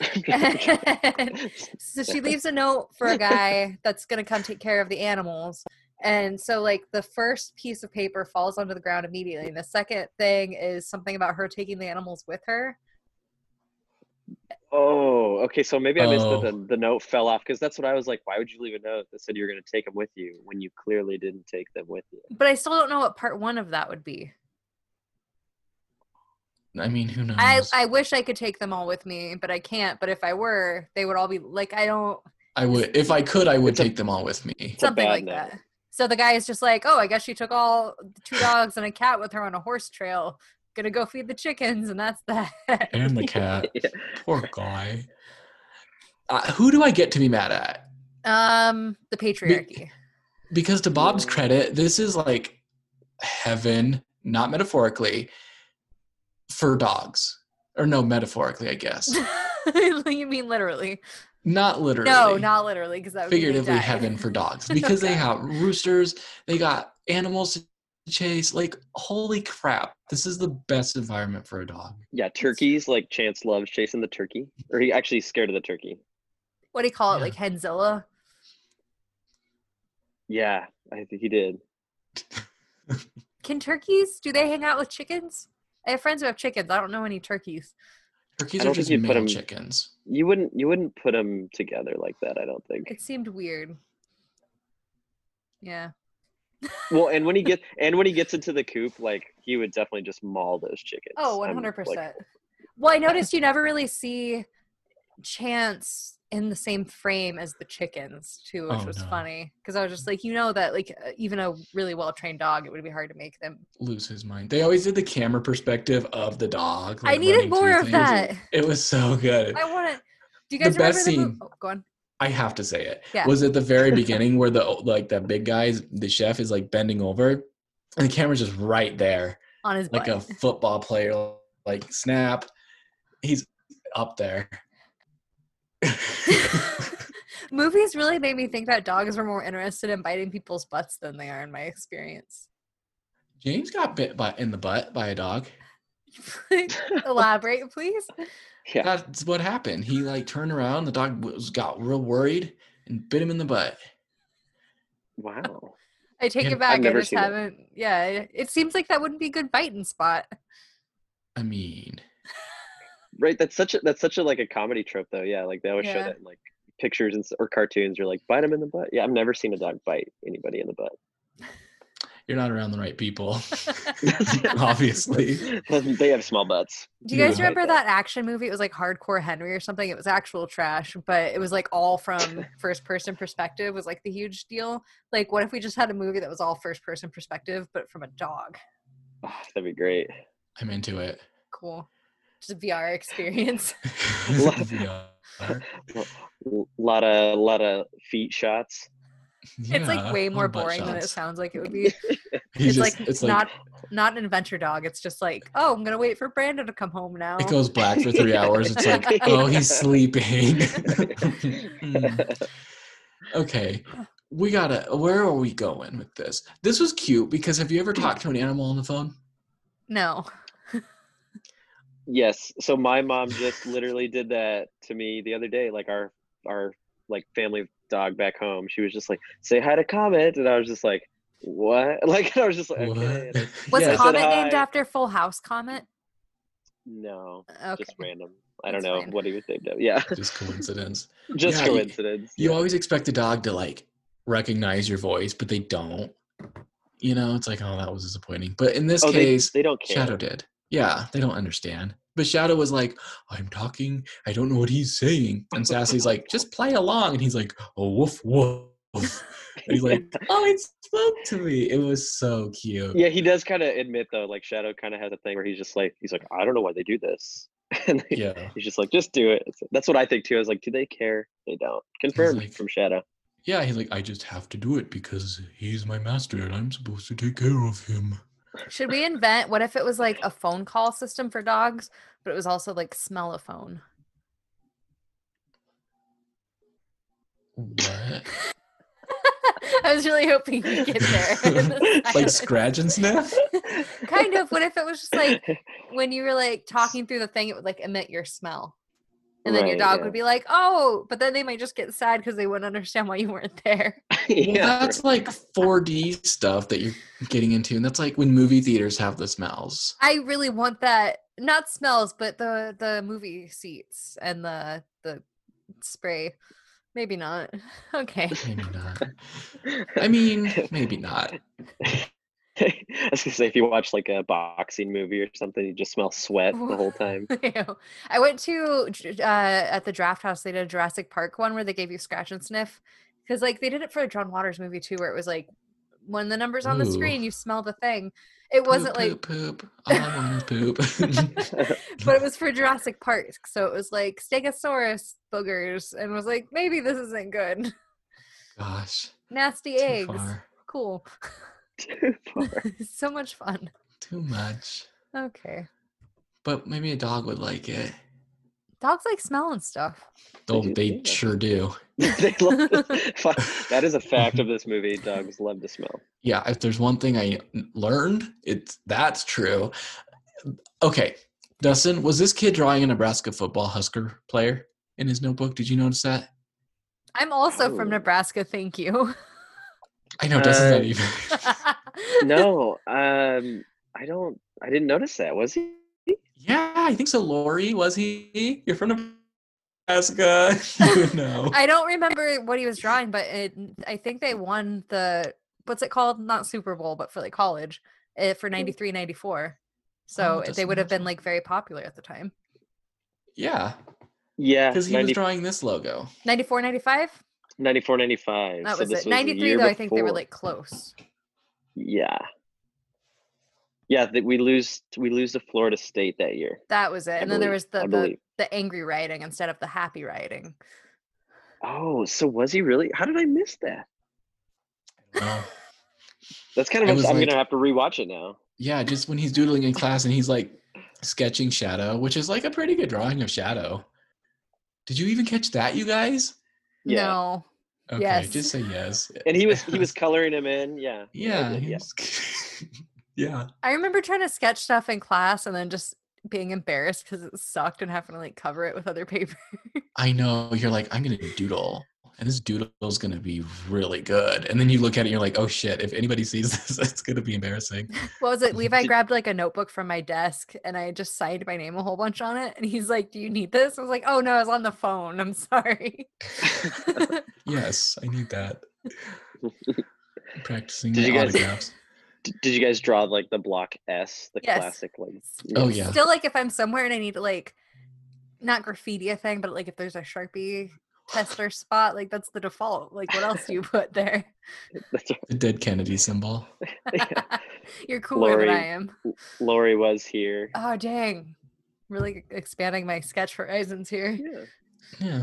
S3: so she leaves a note for a guy that's gonna come take care of the animals. And so like the first piece of paper falls onto the ground immediately. And the second thing is something about her taking the animals with her.
S4: Oh, okay. So maybe I missed
S2: Oh.
S4: that the, the note fell off because that's what I was like. Why would you leave a note that said you were going to take them with you when you clearly didn't take them with you?
S3: But I still don't know what part one of that would be.
S2: I mean, who knows?
S4: Mm.
S3: I, I wish I could take them all with me, but I can't. But if I were, they would all be like I don't
S2: I would if I could. I would
S4: It's a-
S2: take them all with me.
S4: It's a
S3: something
S4: bad
S3: like
S4: note.
S3: that. So the guy is just like, oh, I guess she took all the two dogs and a cat with her on a horse trail. Gonna go feed the chickens, and that's that.
S2: And the cat.
S4: Yeah.
S2: Poor guy. Uh, who do I get to be mad at?
S3: um, the patriarchy.
S2: because to Bob's
S3: Hmm.
S4: Yeah.
S2: credit, this is like heaven, not metaphorically, for dogs. Or no, metaphorically, I guess.
S3: you mean literally?
S2: Not literally.
S3: No, not literally, because that would mean they
S2: figuratively
S3: die.
S2: heaven for dogs. Because they
S3: Okay.
S2: have roosters, they got animals to chase. Like, holy crap. This is the best environment for a dog.
S4: Yeah, turkeys like Chance loves chasing the turkey, or he actually is scared of the turkey.
S3: What do you call it?
S2: Yeah.
S3: Like Henzilla.
S4: Yeah, I think he did.
S3: Can turkeys? Do they hang out with chickens? I have friends who have chickens. I don't know any turkeys.
S2: Turkeys are
S4: I don't think
S2: just
S4: you'd put
S2: male
S4: 'em-
S2: chickens.
S4: You wouldn't you wouldn't put them together like that. I don't think.
S3: It seemed weird. Yeah.
S4: Well, and when he gets and when he gets into the coop, like he would definitely just maul those chickens.
S3: Oh,
S4: I'm,
S3: 100%.
S4: like,
S3: well, I noticed you never really see Chance in the same frame as the chickens, too, which
S2: Oh,
S3: was
S2: no.
S3: funny. Because I was just like, you know, that like uh, even a really well trained dog, it would be hard to make them.
S2: Lose his mind. They always did the camera perspective of the dog.
S3: I
S2: like,
S3: needed
S2: running through
S3: more of
S2: things.
S3: that.
S2: It was so good.
S3: I want to. Do you
S2: The
S3: guys remember
S2: best
S3: the movie?
S2: scene-
S3: Oh, go on.
S2: I have to say it
S3: Yeah.
S2: was at the very beginning where the like that big guy, the chef, is like bending over, and the camera's just right there,
S3: On his
S2: like
S3: butt.
S2: a football player, like snap. He's up there.
S3: Movies really made me think that dogs were more interested in biting people's butts than they are, in my experience.
S2: James got bit by in the butt by a dog.
S3: Elaborate, please.
S4: Yeah.
S2: That's what happened. He like turned around. The dog was got real worried and bit him in the butt.
S4: Wow.
S3: I take
S2: Yeah,
S3: it back. I
S4: never
S3: just
S4: seen it.
S3: haven't. Yeah, it, it seems like that wouldn't be a good biting spot.
S2: I mean,
S4: Right. That's such a that's such a like a comedy trope though. Yeah. Like they always show
S3: Yeah.
S4: that in like pictures and s- or cartoons. You're like bite them in the butt. Yeah. I've never seen a dog bite anybody in the butt.
S2: you're not around the right people,
S3: Do
S2: obviously.
S4: they have small butts.
S3: you guys
S2: Yeah.
S3: remember that action movie? It was like Hardcore Henry or something. It was actual trash, but it was like all from first person perspective was like the huge deal. Like, what if we just had a movie that was all first person perspective, but from a dog?
S4: Ah, that'd be great.
S2: I'm into it.
S3: Cool. Just a VR experience.
S2: VR.
S4: A lot of lot of feet shots.
S3: it's
S2: Yeah,
S3: like way more
S2: or butt
S3: boring than it
S2: shots.
S3: sounds like it would be.
S2: He's
S3: it's like
S2: just-
S3: not not an adventure dog. It's just like, oh, I'm gonna wait for Brandon to come home now.
S2: it goes black for three hours. It's like, oh, he's sleeping. Hmm. okay. We gotta where are we going with this? This was cute because have you ever talked to an animal on the phone?
S3: no.
S4: Yes. So my mom just literally did that to me the other day. Like our our like family dog back home. She was just like, "Say hi to Comet," and I was just like, "What?" Like I was just like, "Okay." and I-
S3: Was
S4: Yeah. I said
S3: Comet named
S4: hi.
S3: after Full House Comet?
S4: no,
S3: Okay.
S4: just random. I
S3: That's
S4: don't know
S3: fine.
S4: what he was named of. Yeah,
S2: just coincidence.
S4: just
S2: Yeah, you-
S4: coincidence.
S2: You
S4: Yeah.
S2: always expect a dog to like recognize your voice, but they don't. You know, it's like, oh, that was disappointing. But in this
S4: oh, they,
S2: case,
S4: they don't care.
S2: Shadow did. Yeah, they don't understand. But Shadow was like, I'm talking, I don't know what he's saying. And Sassy's like, just play along. And he's like, oh, woof, woof. And he's like, oh, it spoke to me. It was so cute.
S4: yeah, he does kind of admit though. Like Shadow kind of has a thing where he's just like, he's like, "I don't know why they do this," and they-
S2: Yeah.
S4: he's just like, "Just do it." It's- That's what I think too. I was like, "Do they care?" They don't. Confirmed
S2: like-
S4: from Shadow.
S2: Yeah, he's like, I just have to do it because he's my master and I'm supposed to take care of him.
S3: Should we invent what if it was like a phone call system for dogs, but it was also like smell a phone?
S2: What?
S3: I was really hoping we get there. in the
S2: like
S3: silence.
S2: scratch and sniff?
S3: kind of. What if it was just like when you were like talking through the thing, it would like emit your smell. And then your
S4: Right,
S3: dog
S4: yeah.
S3: would be like, oh, but then they might just get sad because they wouldn't understand why you weren't there.
S2: Well, that's like 4D stuff that you're getting into. And that's like when movie theaters have the smells.
S3: I really want that not smells, but the the movie seats and the the spray. Maybe not. Okay.
S2: Maybe not.
S4: right.
S2: I mean, maybe not.
S4: I was gonna say if you watch like a boxing movie or something, you just smell sweat the whole time.
S3: Ew. I went to J- uh, at the draft house. They did a Jurassic Park one where they gave you scratch and sniff because like they did it for a John Waters movie too, where it was like when the numbers on the
S2: Ooh.
S3: screen, you smell the thing. It wasn't
S2: poop,
S3: like,
S2: poop, poop. All I want is poop.
S3: but it was for Jurassic Park, so it was like Stegosaurus boogers, and was like maybe this isn't good.
S2: Gosh,
S3: Nasty
S2: too
S3: eggs.
S2: far,
S3: Cool.
S4: Too far.
S3: so much fun.
S2: too much.
S3: Okay.
S2: But maybe a dog would like it.
S3: Dogs like smelling stuff.
S2: Oh,
S4: do
S2: they
S4: too.
S2: sure do.
S4: They love to- Fuck, that is a fact of this movie. Dogs love to smell.
S2: Yeah, if there's one thing I learned, it's that's true. Okay, Dustin, was this kid drawing a Nebraska football Husker player in his notebook? Did you notice that?
S3: I'm also from
S4: Oh.
S3: Nebraska. Thank you.
S2: I know Dustin's
S4: Uh,
S2: not even.
S4: No, um, I don't. I didn't notice that. Was he?
S2: yeah, I think so. Lori, was he? You're from Nebraska. you would know.
S3: I don't remember what he was drawing, but it, I think they won the what's it called? Not Super Bowl, but for like college uh,
S4: Hmm.
S3: for 93, 94.
S4: Oh,
S3: So
S2: it
S3: they would have
S2: doesn't
S3: been like very popular at the time.
S2: yeah,
S4: Yeah,
S2: because he
S4: 90
S2: was drawing this logo.
S3: 94, 95?
S4: 94, 95.
S3: That
S4: so
S3: was
S4: this
S3: it.
S4: the
S3: 93, though,
S4: year
S3: I think they were
S4: before.
S3: like close.
S4: Yeah. Yeah, that we lose we lose to Florida State that year.
S3: That was it. And then there was
S4: believe-
S3: the,
S4: I
S3: the
S4: believe.
S3: the angry rioting instead of the happy rioting.
S4: Oh, so was he really? How did I miss that?
S2: Wow.
S4: That's kind of.
S2: It
S4: ups-
S2: was
S4: I'm
S2: like-
S4: gonna have to rewatch it now.
S2: yeah, just when he's doodling in class and he's like sketching shadow, which is like a pretty good drawing of shadow. Did you even catch that, you guys?
S4: Yeah.
S3: No.
S2: Okay,
S3: Yes.
S2: just say yes.
S4: And he was he was coloring him in. Yeah.
S2: Yeah.
S4: did,
S2: he
S4: yeah.
S2: was- yeah.
S3: I remember trying to sketch stuff in class and then just being embarrassed because it sucked and having to like cover it with other paper.
S2: I know. You're like, I'm gonna doodle. And this doodle's gonna be really good. And then you look at it and you're like, oh shit, if anybody sees this, it's gonna be embarrassing.
S3: What was it? Levi
S4: Did-
S3: grabbed like a notebook from my desk and I just signed my name a whole bunch on it. And he's like, Do you need this? I was like, Oh no, I was on the phone. I'm sorry.
S2: Yes, I need that. Practicing
S4: Did
S2: my
S4: you guys-
S2: autographs.
S4: D- did you guys draw like the block S, the
S3: Yes.
S4: classic like?
S2: Oh, yeah.
S3: Still like if I'm somewhere and I need to like not graffiti a thing, but like if there's a Sharpie tester spot, like that's the default. Like what else do you put there?
S4: That's what
S2: The dead Kennedy symbol.
S3: You're cooler than I
S4: Lori.
S3: am.
S4: Lori was here.
S3: Oh dang. Really expanding my sketch horizons here.
S4: Yeah.
S2: Yeah.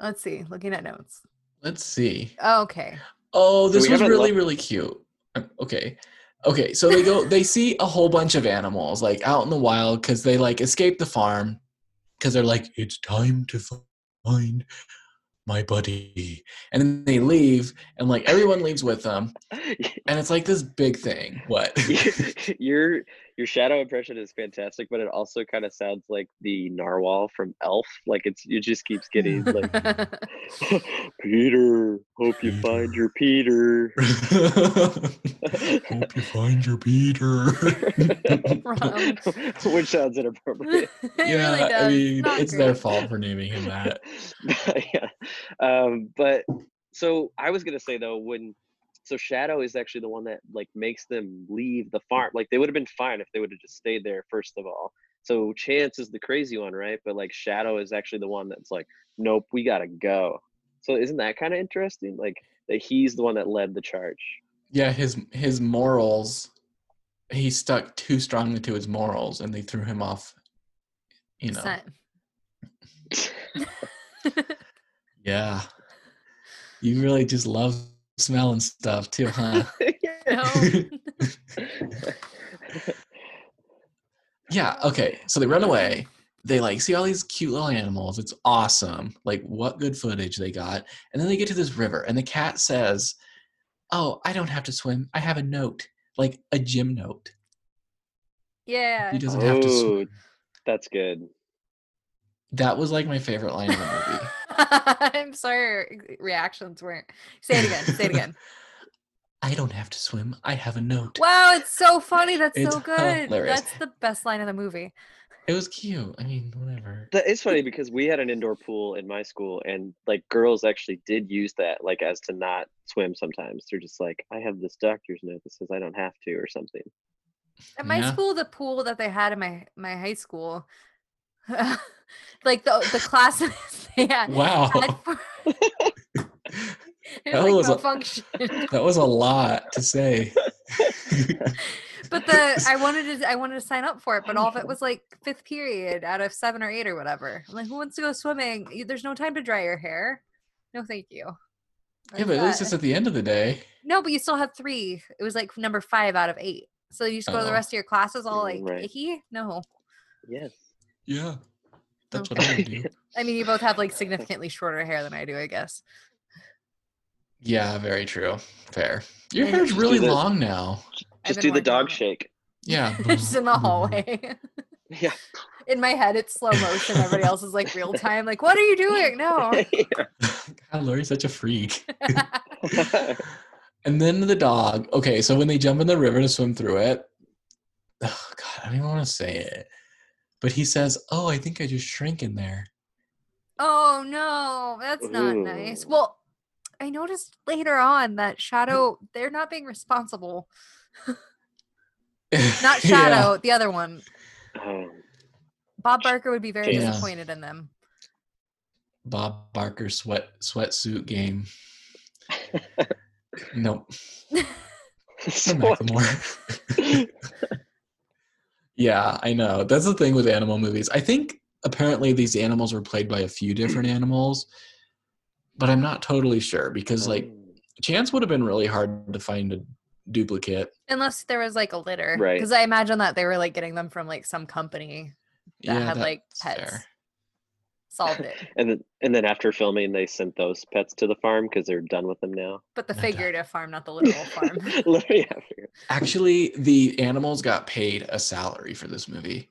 S3: Let's see, looking at notes.
S2: Let's see.
S3: Okay.
S2: Oh,
S4: So
S2: this
S4: we
S2: was
S4: haven't
S2: really,
S4: looked-
S2: really cute. Um, Okay. Okay. So they go, they see a whole bunch of animals like out in the wild because they like escape the farm because they're like, it's time to fi- find my buddy. And then they leave and like everyone leaves with them. And it's like this big thing. What?
S4: your your shadow impression is fantastic, but it also kind of sounds like the narwhal from Elf. Like it's it just keeps getting like Peter, hope you find your Peter.
S2: Hope you find your Peter.
S3: Wrong.
S4: Which sounds inappropriate.
S3: It really does.
S2: I mean,
S3: uh, Not
S2: it's their
S3: great.
S2: fault for naming him that.
S4: yeah. Um, but so I was gonna say though, when so Shadow is actually the one that like makes them leave the farm. Like they would have been fine if they would have just stayed there first of all. So Chance is the crazy one, right? But like Shadow is actually the one that's like, nope, we gotta go. So isn't that kind of interesting? Like that he's the one that led the charge.
S2: yeah his his morals he stuck too strongly to his morals and they threw him off you know
S3: Percent.
S2: yeah you really just love smelling stuff too huh yeah okay so they run away they like see all these cute little animals it's awesome like what good footage they got and then they get to this river and the cat says oh i don't have to swim i have a note like a gym note
S3: Yeah.
S2: he doesn't have to swim
S4: Oh, that's good.
S2: that was like my favorite line of the movie
S3: I'm sorry your ex- reactions weren't. Say it again. Say it again.
S2: I don't have to swim. I have a note.
S3: Wow, it's so funny. That's
S2: It's
S3: so good.
S2: hilarious.
S3: That's the best line of the movie.
S2: It was cute. I mean, whatever.
S4: That is funny because we had an indoor pool in my school, and like girls actually did use that, like as to not swim sometimes. They're just like, I have this doctor's note that says I don't have to, or something.
S3: At my
S2: Yeah.
S3: school, the pool that they had in my my high school, like the the classes they had,
S2: Wow.
S3: had for, it
S2: That
S3: like
S2: was a-
S3: malfunctioned.
S2: That was a lot to say.
S3: But the I wanted to I wanted to sign up for it, but all of it was like fifth period out of seven or eight or whatever. I'm like, who wants to go swimming? You- There's no time to dry your hair. No, thank you.
S2: yeah,
S3: Like
S2: but at least
S3: that.
S2: it's at the end of the day.
S3: no, but you still had three. It was like number five out of eight. So you just go to the
S2: Oh.
S3: rest of your classes all like
S4: Mm, right.
S3: icky. No,
S4: Yes.
S2: Yeah. That's what I would do.
S3: I mean you both have like significantly shorter hair than I do, I guess.
S2: Yeah, very true. Fair. Your
S3: And
S2: hair's
S4: just do
S2: really
S4: this.
S2: long now.
S4: Just
S3: been
S4: do the
S3: working on
S4: dog
S3: it.
S4: shake.
S2: Yeah.
S3: just in the hallway.
S4: Yeah.
S3: in my head, it's slow motion. Everybody else is like real time. Like, what are you doing? No.
S2: God, Lori's such a freak. and then the dog. Okay, so when they jump in the river to swim through it, oh god, I don't even want to say it. But he says, "Oh, I think I just shrank in there."
S3: Oh no, that's not nice.
S4: Ooh.
S3: Well, I noticed later on that Shadow, they're not being responsible. Not
S2: Yeah.
S3: Shadow, the other one.
S4: Oh,
S3: Bob Barker would be very
S2: Yeah.
S3: disappointed in them.
S2: Bob Barker sweat sweatsuit game. nope.
S4: so
S2: Or Macklemore. yeah, I know. That's the thing with animal movies. I think apparently these animals were played by a few different animals, but I'm not totally sure because like Chance would have been really hard to find a duplicate.
S3: Unless there was like a litter.
S4: Right.
S3: Because I imagine that they were like getting them from like some company that had like
S2: that's
S3: pets.
S2: fair.
S3: Solved it.
S4: and then and then after filming, they sent those pets to the farm because they're done with them now.
S3: But the
S2: No doubt.
S3: figurative farm, not the literal farm.
S4: Literally, yeah, figure-
S2: Actually, the animals got paid a salary for this movie,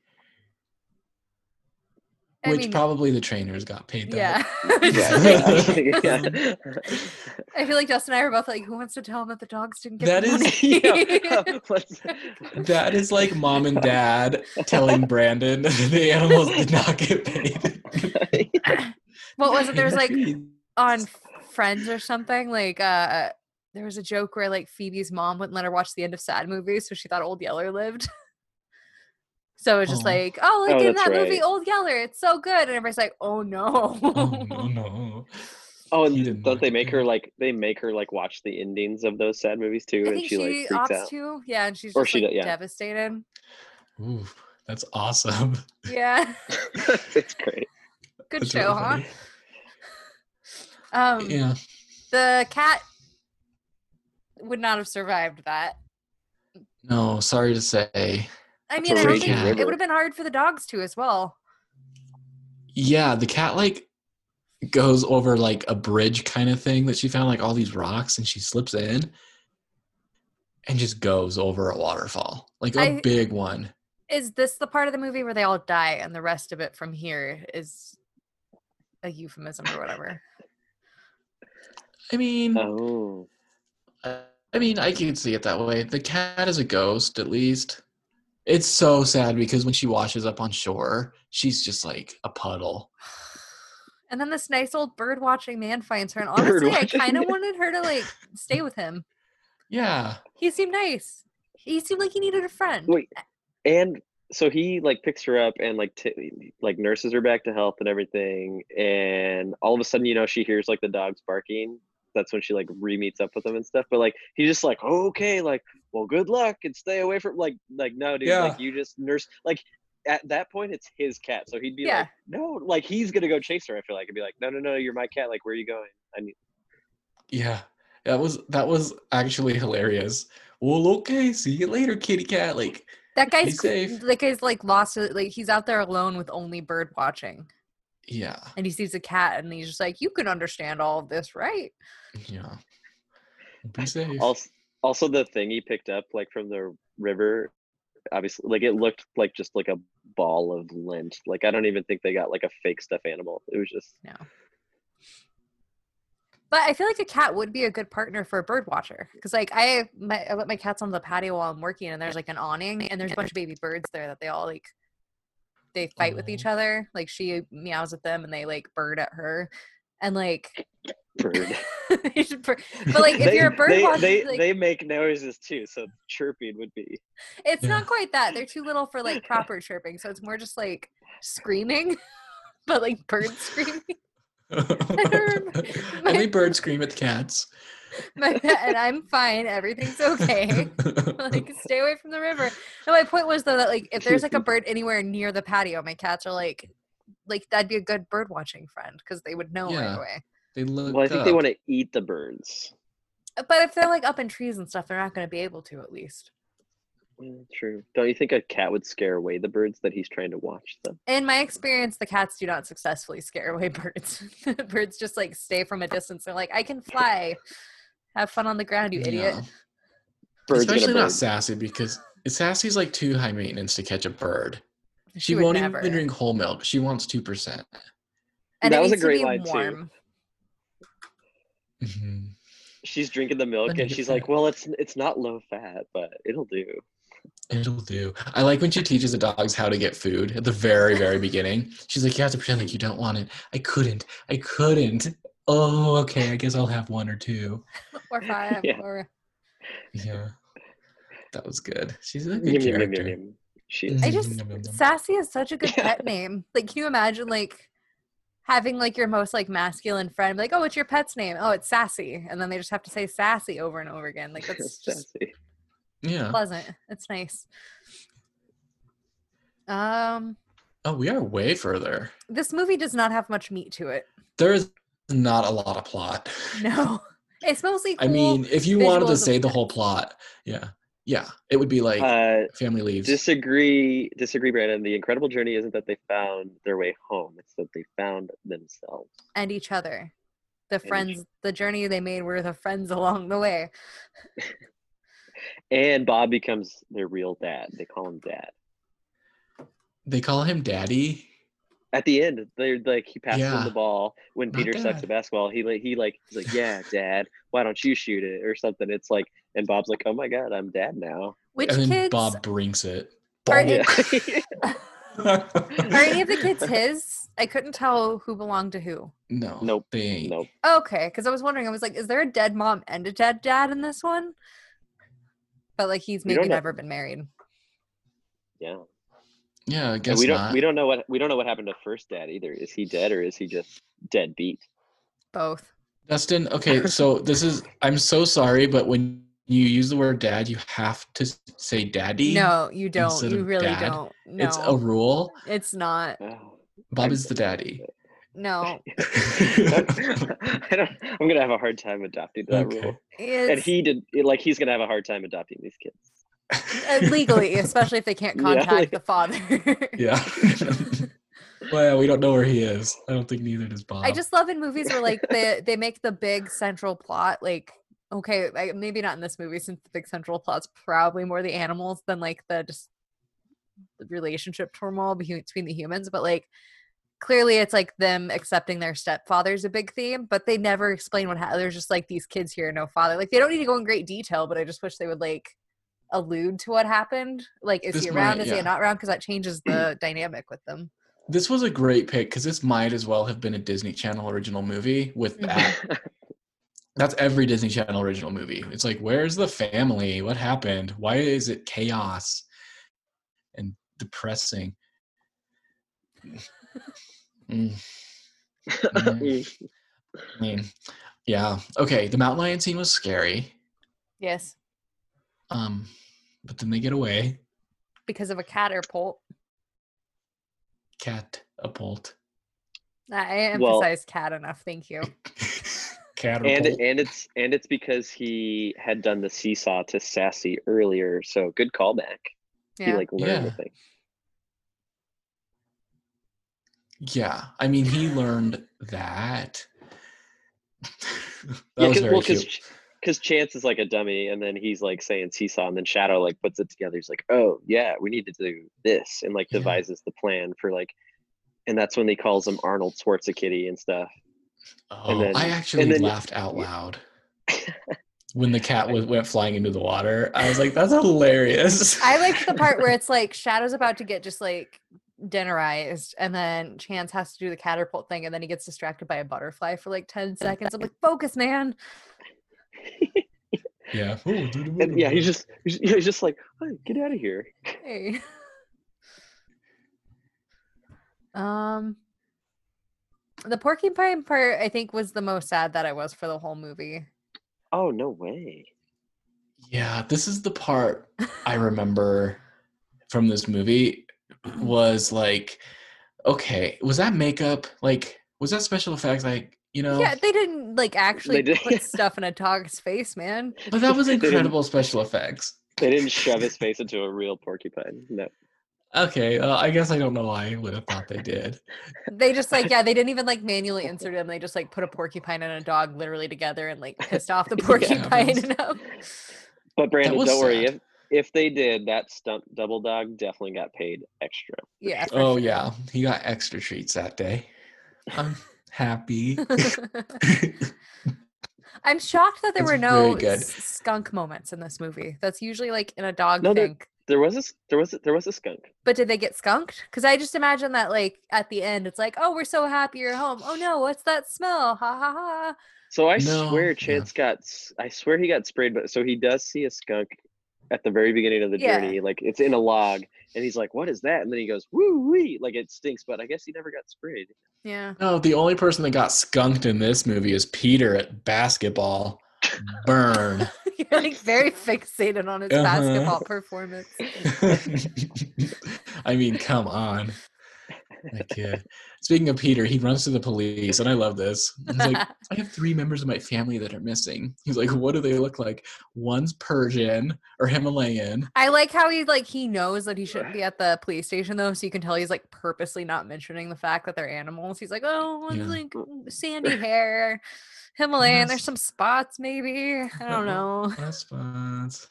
S3: I
S2: which
S3: mean,
S2: probably the trainers got paid. That.
S3: yeah.
S4: yeah, yeah.
S3: I feel like Justin and I were both like, who wants to tell him that the dogs didn't get
S2: That
S3: the
S2: is-
S3: money?
S4: Yeah, let's-
S2: That is like mom and dad telling Brandon that the animals did not get paid.
S3: what was it? There was like
S2: Fees.
S3: on Friends or something. Like uh there was a joke where like Phoebe's mom wouldn't let her watch the end of sad movies, so she thought Old Yeller lived. so it's just
S2: Aw.
S3: like, oh, like
S4: Oh,
S3: in
S4: that's
S3: that movie
S4: right.
S3: Old Yeller, it's so good, and everybody's like, oh no.
S2: Oh, no, no.
S4: Oh,
S2: He didn't
S4: and don't
S2: like
S4: they
S2: it,
S4: make
S2: did
S4: her
S2: he?
S4: like they make her like watch the endings of those sad movies too,
S3: I
S4: and
S3: think
S4: she like
S3: she,
S4: freaks
S3: opts
S4: out.
S3: to, yeah, and she's
S4: Or
S3: just
S4: she
S3: like
S4: d- yeah.
S3: devastated.
S2: Ooh, that's awesome.
S3: Yeah,
S4: it's great.
S3: good
S2: That's
S3: show,
S2: really
S3: huh?
S2: funny.
S3: Um,
S2: Yeah.
S3: the cat would not have survived that.
S2: No, sorry to say.
S3: I
S4: It's
S3: mean,
S4: a
S3: I don't
S2: raging
S3: think it
S4: river.
S3: would have been hard for the dogs too, as well.
S2: Yeah, the cat like goes over like a bridge kind of thing that she found like all these rocks and she slips in and just goes over a waterfall. Like a
S3: I-
S2: big one.
S3: Is this the part of the movie where they all die and the rest of it from here is a euphemism or whatever?
S2: I mean,
S4: Oh,
S2: I I mean, I could see it that way. The cat is a ghost, at least. It's so sad because when she washes up on shore, she's just like a puddle.
S3: And then this nice old bird watching man finds her, and honestly, I
S4: Birdwatching
S3: kind of
S4: man.
S3: wanted her to like stay with him.
S2: Yeah.
S3: He seemed nice. He seemed like he needed a friend.
S4: wait, and so he like picks her up and like t- like nurses her back to health and everything, and all of a sudden you know she hears like the dogs barking. That's when she like re meets up with them and stuff. But like he's just like okay, like well good luck and stay away from like like no dude,
S2: Yeah.
S4: like you just nurse like. At that point, it's his cat, so he'd be
S3: Yeah.
S4: like, "No, like he's gonna go chase her." I feel like and be like, "No, no, no, you're my cat. Like, where are you going? I need."
S2: Yeah. That was that was actually hilarious. Well, okay, see you later, kitty cat. Like
S3: That guy's cr-
S2: safe.
S3: that guy's like lost. it- Like he's out there alone with only bird watching,
S2: yeah.
S3: and he sees a cat, and he's just like, "You can understand all of this, right?"
S2: Yeah. Be safe.
S4: also also the thing he picked up like from the river obviously like it looked like just like a ball of lint like i don't even think they got like a fake stuffed animal it was just
S3: But I feel like a cat would be a good partner for a bird watcher because, like, I my, I let my cats on the patio while I'm working, and there's like an awning, and there's a bunch of baby birds there that they all like they fight with
S4: Oh.
S3: each other. Like she meows at them, and they like bird at her, and like,
S4: bird
S3: they should bird- but like if you're a bird
S4: they,
S3: watcher,
S4: they,
S3: like,
S4: they make noises too so chirping would be
S3: it's
S2: Yeah.
S3: not quite that. They're too little for like proper chirping, so it's more just like screaming, but like bird screaming. remember-
S2: Only birds scream at the cats.
S3: and I'm fine. Everything's okay. like stay away from the river. No, my point was though that like if there's like a bird anywhere near the patio, my cats are like, like that'd be a good bird watching friend because they would know right
S2: Yeah.
S3: away.
S2: they look
S4: well i think they
S2: up.
S4: want to eat the birds
S3: Uh, But if they're like up in trees and stuff, they're not going to be able to at least.
S4: Mm, true don't you think a cat would scare away the birds that he's trying to watch them
S3: In my experience, the cats do not successfully scare away birds. birds just like stay from a distance. They're like, I can fly. Have fun on the ground, you idiot.
S2: Yeah.
S4: birds gonna
S2: Especially
S4: bird.
S2: not Sassy because Sassy's like too high maintenance to catch a bird.
S3: She,
S2: She,
S3: would
S2: won't
S3: never.
S2: even drink whole milk. She wants two percent.
S3: and
S4: That
S3: it
S4: was a
S3: needs to
S4: great
S3: be
S4: line, too.
S3: warm.
S4: she's drinking the milk
S2: Let me
S4: and
S2: get
S4: she's
S2: that.
S4: like well it's it's not low fat but it'll do
S2: It'll do. I like when she teaches the dogs how to get food at the very, very beginning. She's like, you have to pretend like you don't want it. I couldn't. I couldn't. Oh, okay. I guess I'll have one or two.
S3: or five
S4: Yeah.
S3: or
S2: Yeah. That was good. She's a
S4: Yum,
S2: good
S4: yum, yum, yum,
S2: character.
S4: yum. She is.
S3: I
S2: Mm-hmm.
S3: just- Sassy is such a good
S4: Yeah.
S3: pet name. Like, can you imagine like having like your most like masculine friend be like, oh, what's your pet's name? Oh, it's Sassy, and then they just have to say Sassy over and over again. Like that's just
S4: Sassy.
S2: Yeah.
S3: pleasant. It's nice. Um,
S2: Oh, we are way further.
S3: this movie does not have much meat to it.
S2: There is not a lot of plot.
S3: No, it's mostly.
S2: I
S3: Cool.
S2: mean, if you wanted
S3: visuals
S2: to
S3: of
S2: say the
S3: it.
S2: whole plot, yeah. Yeah. It would be like
S4: Uh,
S2: family leaves.
S4: disagree, disagree, Brandon. The incredible journey isn't that they found their way home; it's that they found themselves.
S3: and each other, the
S4: each-
S3: friends, the journey they made were the friends along the way.
S4: And Bob becomes their real dad. They call him dad
S2: they call him daddy.
S4: at the end. They're like he passes him
S2: Yeah.
S4: the ball when
S2: Not
S4: Peter sucks
S2: bad.
S4: at basketball. He like he like he's like, "Yeah, Dad, why don't you shoot it or something?" It's like, and Bob's like, "Oh my God, I'm dad now."
S3: Which
S2: and then
S3: kids
S2: Bob brings it.
S3: Are
S2: Bob.
S3: are any of the kids his? I couldn't tell who belonged to who.
S2: no.
S4: Nope.
S2: They ain't.
S4: nope.
S3: Okay, because I was wondering, I was like, is there a dead mom and a dead dad in this one? But like, he's
S4: We don't
S3: maybe
S4: know.
S3: never been married.
S4: Yeah.
S2: Yeah, I guess
S4: And we don't
S2: not.
S4: we don't know what we don't know what happened to first dad either. Is he dead or is he just deadbeat?
S3: Both.
S2: Dustin, okay, so this is I'm so sorry, but when you use the word dad, you have to s- say daddy.
S3: No, you don't.
S2: instead
S3: You
S2: of
S3: really
S2: dad,
S3: don't. No,
S2: It's a rule.
S3: it's not.
S4: Oh.
S2: Bob is the daddy.
S3: No,
S4: I don't, I'm gonna have a hard time adopting that
S2: Okay.
S4: rule.
S3: it's
S4: and he did like he's gonna have a hard time adopting these kids.
S3: uh, legally, especially if they can't
S4: Yeah,
S3: contact
S4: like-
S3: the father.
S2: yeah. well, we don't know where he is. I don't think neither does Bob.
S3: I just love in movies where like they they make the big central plot like okay I, maybe not in this movie since the big central plot's probably more the animals than like the just the relationship turmoil behu- between the humans but like clearly it's like them accepting their stepfather's a big theme but they never explain what happened there's just like these kids here no father like they don't need to go in great detail but I just wish they would like allude to what happened like is
S2: This
S3: he around
S2: might-
S3: is
S2: yeah.
S3: he not around because that changes the dynamic with them
S2: this was a great pick because this might as well have been a Disney Channel original movie with
S3: Mhm.
S2: that That's every Disney Channel original movie. It's like, where's the family? What happened? Why is it chaos and depressing? Mm. Mm,
S4: Mm.
S2: I mean, yeah. Okay, the mountain lion scene was scary.
S3: yes
S2: Um, but then they get away.
S3: because of a catapult
S2: Catapult.
S3: I
S4: Well-
S3: emphasized cat enough. Thank you.
S2: Catapult.
S4: and and it's and it's because he had done the seesaw to Sassy earlier, so good callback. He
S3: Yeah.
S4: like learned the thing.
S2: yeah, I mean, he learned that. that
S4: Yeah,
S2: was
S4: cause,
S2: very
S4: well,
S2: cute.
S4: cause, Ch- cause Chance is like a dummy, and then he's like saying seesaw, and then Shadow like puts it together. He's like, "Oh yeah, we need to do this," and like
S2: Yeah.
S4: devises the plan for like, and that's when he calls him Arnold Schwarzenegger and stuff.
S2: Oh,
S4: then-
S2: I
S4: and
S2: actually
S4: then-
S2: laughed out loud when the cat was, went flying into the water. I was like, "That's hilarious."
S3: I liked the part where it's like Shadow's about to get just like dinnerized, and then Chance has to do the catapult thing, and then he gets distracted by a butterfly for like 10 seconds. I'm like, focus, man.
S2: yeah,
S4: And yeah,
S2: Mm-hmm.
S4: he's just he's he's just like, "Hey, get out of here.
S3: Hey. Um, the porcupine part, I think, was the most sad that I was for the whole movie.
S4: Oh no way.
S2: yeah. This is the part I remember from this movie was like, okay, was that makeup? Like, was that special effects? Like, you know,
S3: Yeah, they didn't like actually
S4: did-
S3: put stuff in a dog's face, man.
S2: but that was
S4: They didn't-
S2: incredible special effects.
S4: They didn't shove his face into a real porcupine. No.
S2: Okay, uh, I guess I don't know why I would have thought they did.
S3: They just like yeah, they didn't even like manually insert them. They just like put a porcupine and a dog literally together and like pissed off the porcupine.
S2: happens.
S3: and up.
S4: But Brandon,
S2: was
S4: don't worry.
S2: sad.
S4: If if they did, that stunt double dog definitely got paid extra.
S3: Yeah. for
S2: Oh
S3: sure.
S2: yeah, he got extra treats that day. I'm happy.
S3: I'm shocked that there
S2: That's
S3: were no
S2: very good.
S3: s- skunk moments in this movie. That's usually like in a dog
S4: No, there-
S3: thing.
S4: there was a there was a, there was a skunk.
S3: But did they get skunked? Because I just imagine that like at the end, it's like, oh, we're so happy you're home. Oh no, what's that smell? Ha ha ha.
S4: So I
S2: No, yeah.
S4: swear Chance got s- I swear he got sprayed but so he does see a skunk at the very beginning of the
S3: Yeah.
S4: journey like it's in a log and he's like what is that and then he goes woo wee like it stinks but I guess he never got sprayed.
S3: Yeah.
S2: No, the only person that got skunked in this movie is Peter at basketball. Burn.
S3: you're like very fixated on his
S2: Uh-huh.
S3: basketball performance.
S2: I mean, come on. That kid. Speaking of Peter, he runs to the police, and I love this. He's like, I have three members of my family that are missing. He's like, What do they look like? One's Persian or Himalayan.
S3: I like how he like he knows that he shouldn't be at the police station though, so you can tell he's like purposely not mentioning the fact that they're animals. He's like, oh, one's
S2: Yeah.
S3: like sandy hair, Himalayan. There's
S2: Yes. Uh-huh.
S3: some spots maybe. I don't know.
S2: Response.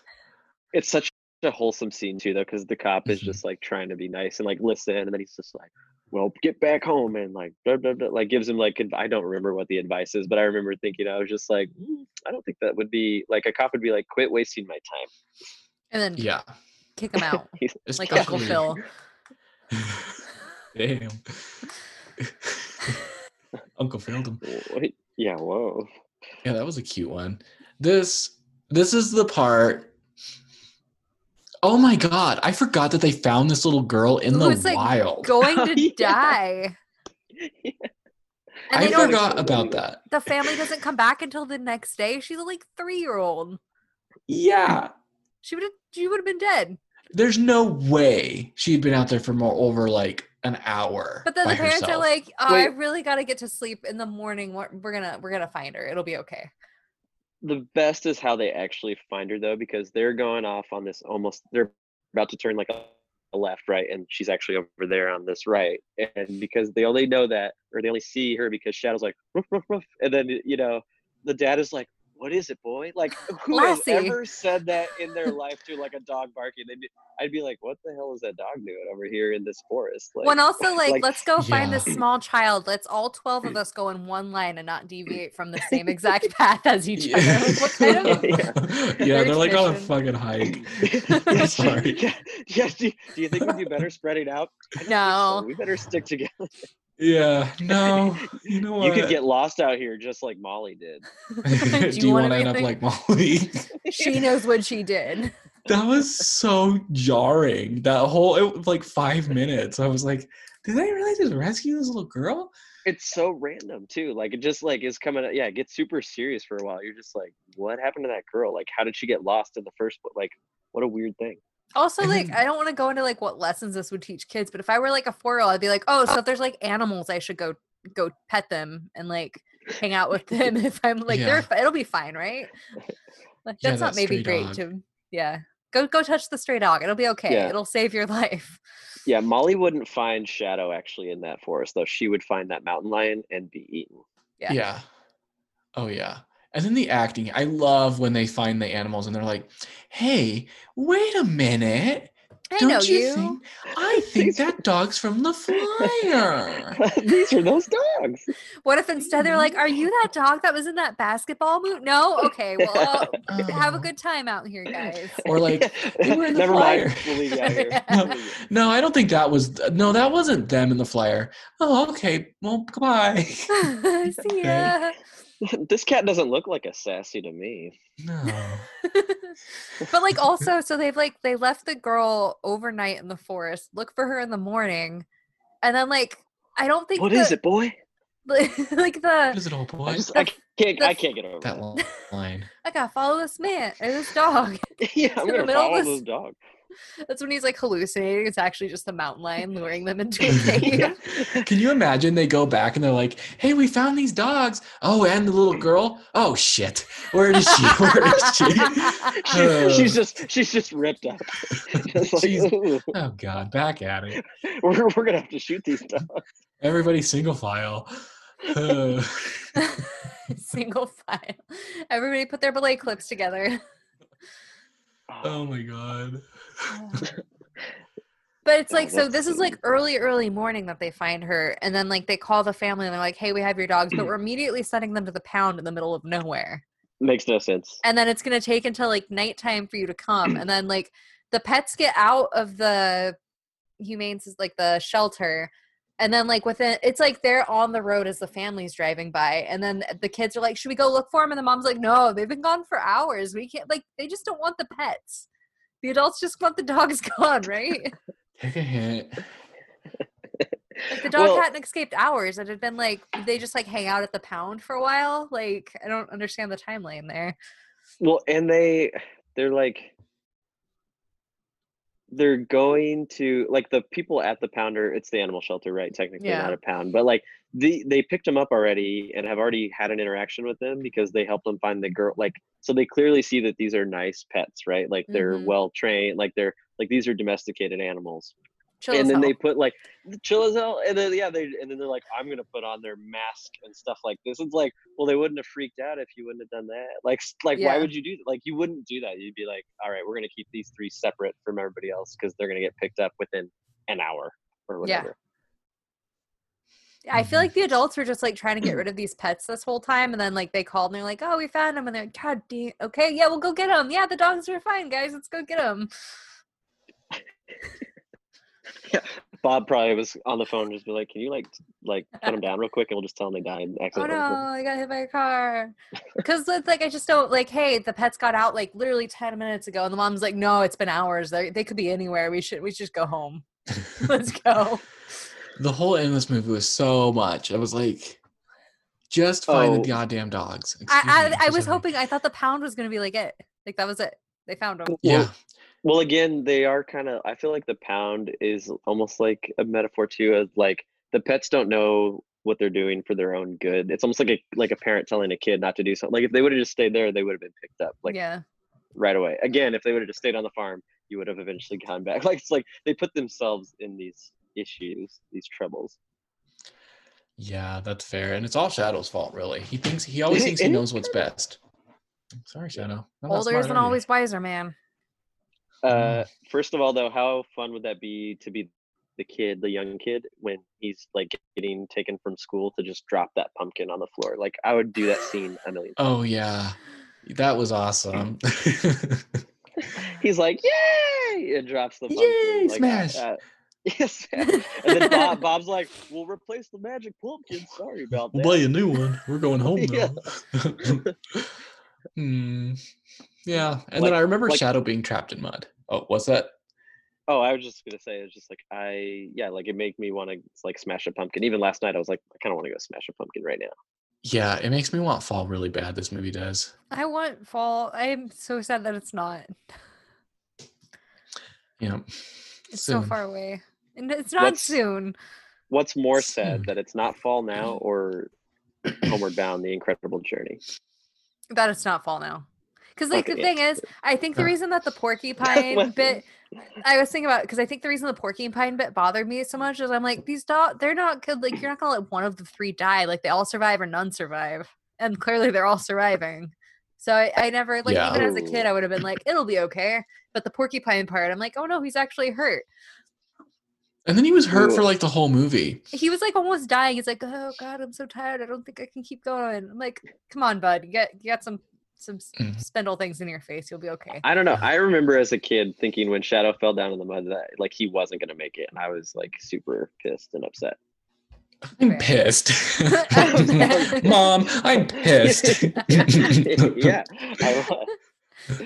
S4: It's such a wholesome scene too though cuz the cop is
S2: Mhm.
S4: just like trying to be nice and like listen and then he's just like well get back home and like blah, blah, blah, like gives him like adv- I don't remember what the advice is but I remember thinking I was just like "Mm, I don't think that would be like a cop would be like quit wasting my time.
S3: And then
S2: Yeah.
S3: kick him out
S4: He's-
S3: like Uncle
S2: especially-
S3: Phil.
S2: Damn. Uncle Phil. him.
S4: "What?" yeah, whoa.
S2: Yeah, that was a cute one. This this is the part. Oh my god, I forgot that they found this little girl in
S3: Who
S2: the
S3: was, like,
S2: wild.
S3: Going
S4: Oh,
S3: to
S4: yeah.
S3: die. And
S2: I
S3: they don't,
S2: forgot about that.
S3: the family doesn't come back until the next day. She's a like three year old.
S2: Yeah.
S3: She would have she would have been dead.
S2: There's no way she'd been out there for more over like an hour.
S3: But then
S2: by
S3: the parents are
S2: herself.
S3: like, oh, I
S4: Wait.
S3: really gotta get to sleep in the morning. We're we're gonna we're gonna find her. It'll be okay.
S4: the best is how they actually find her though because they're going off on this almost they're about to turn like a, a left right and she's actually over there on this right and because they only know that or they only see her because shadow's like ruff, ruff, ruff. and then you know the dad is like what is it boy like who has
S3: Lassie.
S4: ever said that in their life to like a dog barking They'd be, i'd be like what the hell is that dog doing over here in this forest like
S3: Well, and also like,
S4: like-
S3: let's go find this
S2: Yeah.
S3: small child. Let's all twelve of us go in one line and not deviate from the same exact path as each
S2: yeah.
S3: other. Like, what kind of
S2: yeah. they're like on a
S3: Tradition.
S2: fucking hike.
S4: yeah,
S2: Sorry.
S4: yeah, yeah, do, do you think we'd be better spreading out I don't think so.
S3: No.
S4: we better stick together
S2: Yeah. No. You know what?
S4: You could get lost out here just like Molly did.
S2: Do, you want to end up
S3: anything?
S2: like Molly?
S3: she knows what she did?
S2: that was so jarring. That whole it, was like five minutes. I was like, did they really just rescue this little girl?
S4: It's so random too. Like it just like is coming. Yeah, it gets super serious for a while. You're just like, what happened to that girl? Like, how did she get lost in the first place? Like, what a weird thing.
S3: Also,
S2: And
S3: like,
S2: then-
S3: I don't want to go into like what lessons this would teach kids, but if I were like a four year old, I'd be like, oh, so if there's like animals, I should go go pet them and like hang out with them. If I'm like,
S2: Yeah.
S3: they're fi- it'll be fine, right? Like,
S2: Yeah,
S3: that's
S2: that
S3: not maybe
S2: stray
S3: great
S2: dog.
S3: to, yeah. Go go touch the stray dog. It'll be okay.
S4: Yeah.
S3: It'll save your life.
S4: Yeah, Molly wouldn't find Shadow actually in that forest though. She would find that mountain lion and be eaten.
S3: Yeah.
S2: Oh yeah. And then the acting. I love when they find the animals and they're like, "Hey, wait a minute.
S3: I
S2: Don't
S3: know
S2: you,
S3: you.
S2: think? I think
S4: These-
S2: that dog's from the flyer.
S4: These are those dogs.
S3: What if instead they're like, are you that dog that was in that basketball move? No? Okay. Well, uh, have a
S2: Oh.
S3: good time out here, guys.
S2: Or like, "They were in the
S4: never mind.
S2: flyer."
S4: We'll leave you out here.
S3: Yeah.
S4: We'll leave you.
S2: no, I don't think that was. No, that wasn't them in the flyer. Oh, okay. Well, goodbye.
S3: See ya.
S2: Right.
S4: this cat doesn't look like a sassy to me.
S3: Uh,
S2: No.
S3: but like also so they've like they left the girl overnight in the forest look for her in the morning and then like i don't think
S4: What
S3: the,
S4: is it, boy?
S3: it like
S2: What
S3: the
S2: is it, old boy?
S4: I just I can't I
S3: that's-
S4: can't get over
S2: that li- line.
S3: i gotta follow this man or this dog
S4: yeah, I'm
S3: in the
S4: gonna
S3: middle of
S4: follow
S3: this-
S4: this, dog.
S3: that's when he's like hallucinating it's actually just the mountain lion luring them into a cave
S4: Yeah.
S2: Can you imagine they go back and they're like, "Hey, we found these dogs. Oh, and the little girl. Oh shit, where is she? Where is she?
S4: She's, she's
S2: Uh.
S4: just she's just ripped up. Just like,
S2: She's-
S4: "Ooh,
S2: Oh god, back at it.
S4: we're we're gonna have to shoot these dogs.
S2: Everybody single file." Uh,
S3: single file everybody put their belay clips together
S2: oh my god.
S3: But it's
S4: Yeah,
S3: like so
S4: that's
S3: this is
S4: the-
S3: like early early morning that they find her and then like they call the family and they're like hey we have your dogs but we're immediately sending them to the pound in the middle of nowhere
S4: Makes no sense.
S3: and then it's going to take until like nighttime for you to come and then like the pets get out of the humane s- like the shelter and then like within it's like they're on the road as the family's driving by and then the kids are like should we go look for them and the mom's like no they've been gone for hours we can't like they just don't want the pets the adults just want the dogs gone right
S2: Take a hint.
S3: like the dog
S4: Well-
S3: hadn't escaped hours it had been like they just like hang out at the pound for a while like i don't understand the timeline there
S4: Well, and they they're like they're going to like the people at the pounder, it's the animal shelter, right? Technically
S3: Yeah.
S4: not a pound, but like the they picked them up already and have already had an interaction with them because they helped them find the girl like so they clearly see that these are nice pets, right? Like they're
S3: Mhm.
S4: well trained, like they're like these are domesticated animals.
S3: Chill as
S4: and then
S3: hell.
S4: they put like chill as hell and then yeah, they and then they're like, I'm gonna put on their mask and stuff like this. It's like well, they wouldn't have freaked out if you wouldn't have done that. Like, s- like
S3: Yeah.
S4: why would you do that? Like, you wouldn't do that. You'd be like, all right, we're gonna keep these three separate from everybody else because they're gonna get picked up within an hour or
S3: Yeah.
S4: whatever.
S3: I feel
S2: Mhm.
S3: like the adults were just like trying to get rid of these pets this whole time, and then like they called and they're like, "Oh, we found them," and they're like, "God, damn, okay, yeah, we'll go get them. Yeah, the dogs were fine, guys. Let's go get them."
S4: Bob probably was on the phone, and just be like, can you like t- like put them down real quick and we'll just tell them they died
S3: Oh
S4: accidentally.
S3: no, I got hit by a car. Because it's like I just don't like. Hey, the pets got out like literally ten minutes ago, and the mom's like, "No, it's been hours. They they could be anywhere. We should we should just go home. Let's go."
S2: The whole end of this movie was so much. I was like, just find
S4: Oh.
S2: the goddamn dogs. Excuse me,
S3: I I, I
S2: I'm so
S3: was
S2: sorry.
S3: hoping. I thought the pound was gonna be like it. Like that was it. They found them.
S2: Yeah.
S4: Well, again, they are kind of. I feel like the pound is almost like a metaphor too, of like the pets don't know what they're doing for their own good. It's almost like a like a parent telling a kid not to do something. Like if they would have just stayed there, they would have been picked up. Like
S3: yeah.
S4: right away. Again, if they would have just stayed on the farm, you would have eventually gone back. Like it's like they put themselves in these issues, these troubles.
S2: Yeah, that's fair. And it's all Shadow's fault, really. He thinks he always thinks he
S4: It-
S2: knows what's best. Sorry, Shadow. I'm not
S3: Older
S2: smart,
S3: isn't
S2: are you?
S3: always wiser, man.
S2: Mm-hmm.
S4: Uh, first of all, though, how fun would that be to be the kid, the young kid, when he's like getting taken from school to just drop that pumpkin on the floor? Like I would do that scene a million.
S2: Oh yeah. That was awesome.
S4: He's like, "Yay!" and drops the pumpkin.
S2: Yay,
S4: like, uh,
S2: smash.
S4: yes. and then Bob, Bob's like, "We'll replace the magic pumpkin. Sorry about that."
S2: a new one. We're going home
S4: Yeah.
S2: now. Hmm. Yeah. And
S4: Like-
S2: then I remember
S4: like-
S2: Shadow being trapped in mud. Oh, what's that?
S4: Oh, I was just gonna say, it's just like I, yeah, like it made me want to like smash a pumpkin. Even last night, I was like, I kind of want to go smash a pumpkin right now.
S2: Yeah, it makes me want fall really bad. This movie does.
S3: I want fall. I'm so sad that it's not.
S2: Yeah.
S3: It's so
S2: Soon.
S3: far away. And it's not
S4: Let's-
S3: soon.
S4: What's more
S2: Hmm.
S4: sad that it's not fall now or Homeward Bound: The Incredible Journey?
S3: That it's not fall now. Because like
S4: Okay,
S3: the
S4: yeah.
S3: thing is, I think the
S2: Yeah.
S3: reason that the porcupine
S4: Well-
S3: bit I was thinking about because I think the reason the porcupine bit bothered me so much is I'm like, these dog they're not good like you're not gonna let one of the three die. Like they all survive or none survive. And clearly they're all surviving. So I, I never like
S2: Yeah.
S3: even as a kid
S4: Ooh.
S3: I would have been like, it'll be okay. But the porcupine part, I'm like, oh no, he's actually hurt.
S2: And then he was hurt for
S4: Ooh.
S2: like the whole movie.
S3: he was like almost dying. He's like, "Oh God, I'm so tired. I don't think I can keep going." I'm like, "Come on, bud. You got you got some some s-
S2: Mhm.
S3: spindle things in your face. You'll be okay."
S4: Mm-hmm. I don't know. I remember as a kid thinking when Shadow fell down in the mud that like he wasn't gonna make it, and I was like super pissed and upset.
S2: I'm
S3: Fair.
S2: pissed.
S4: Oh
S3: I'm-
S2: Mom, I'm pissed.
S4: yeah, I was.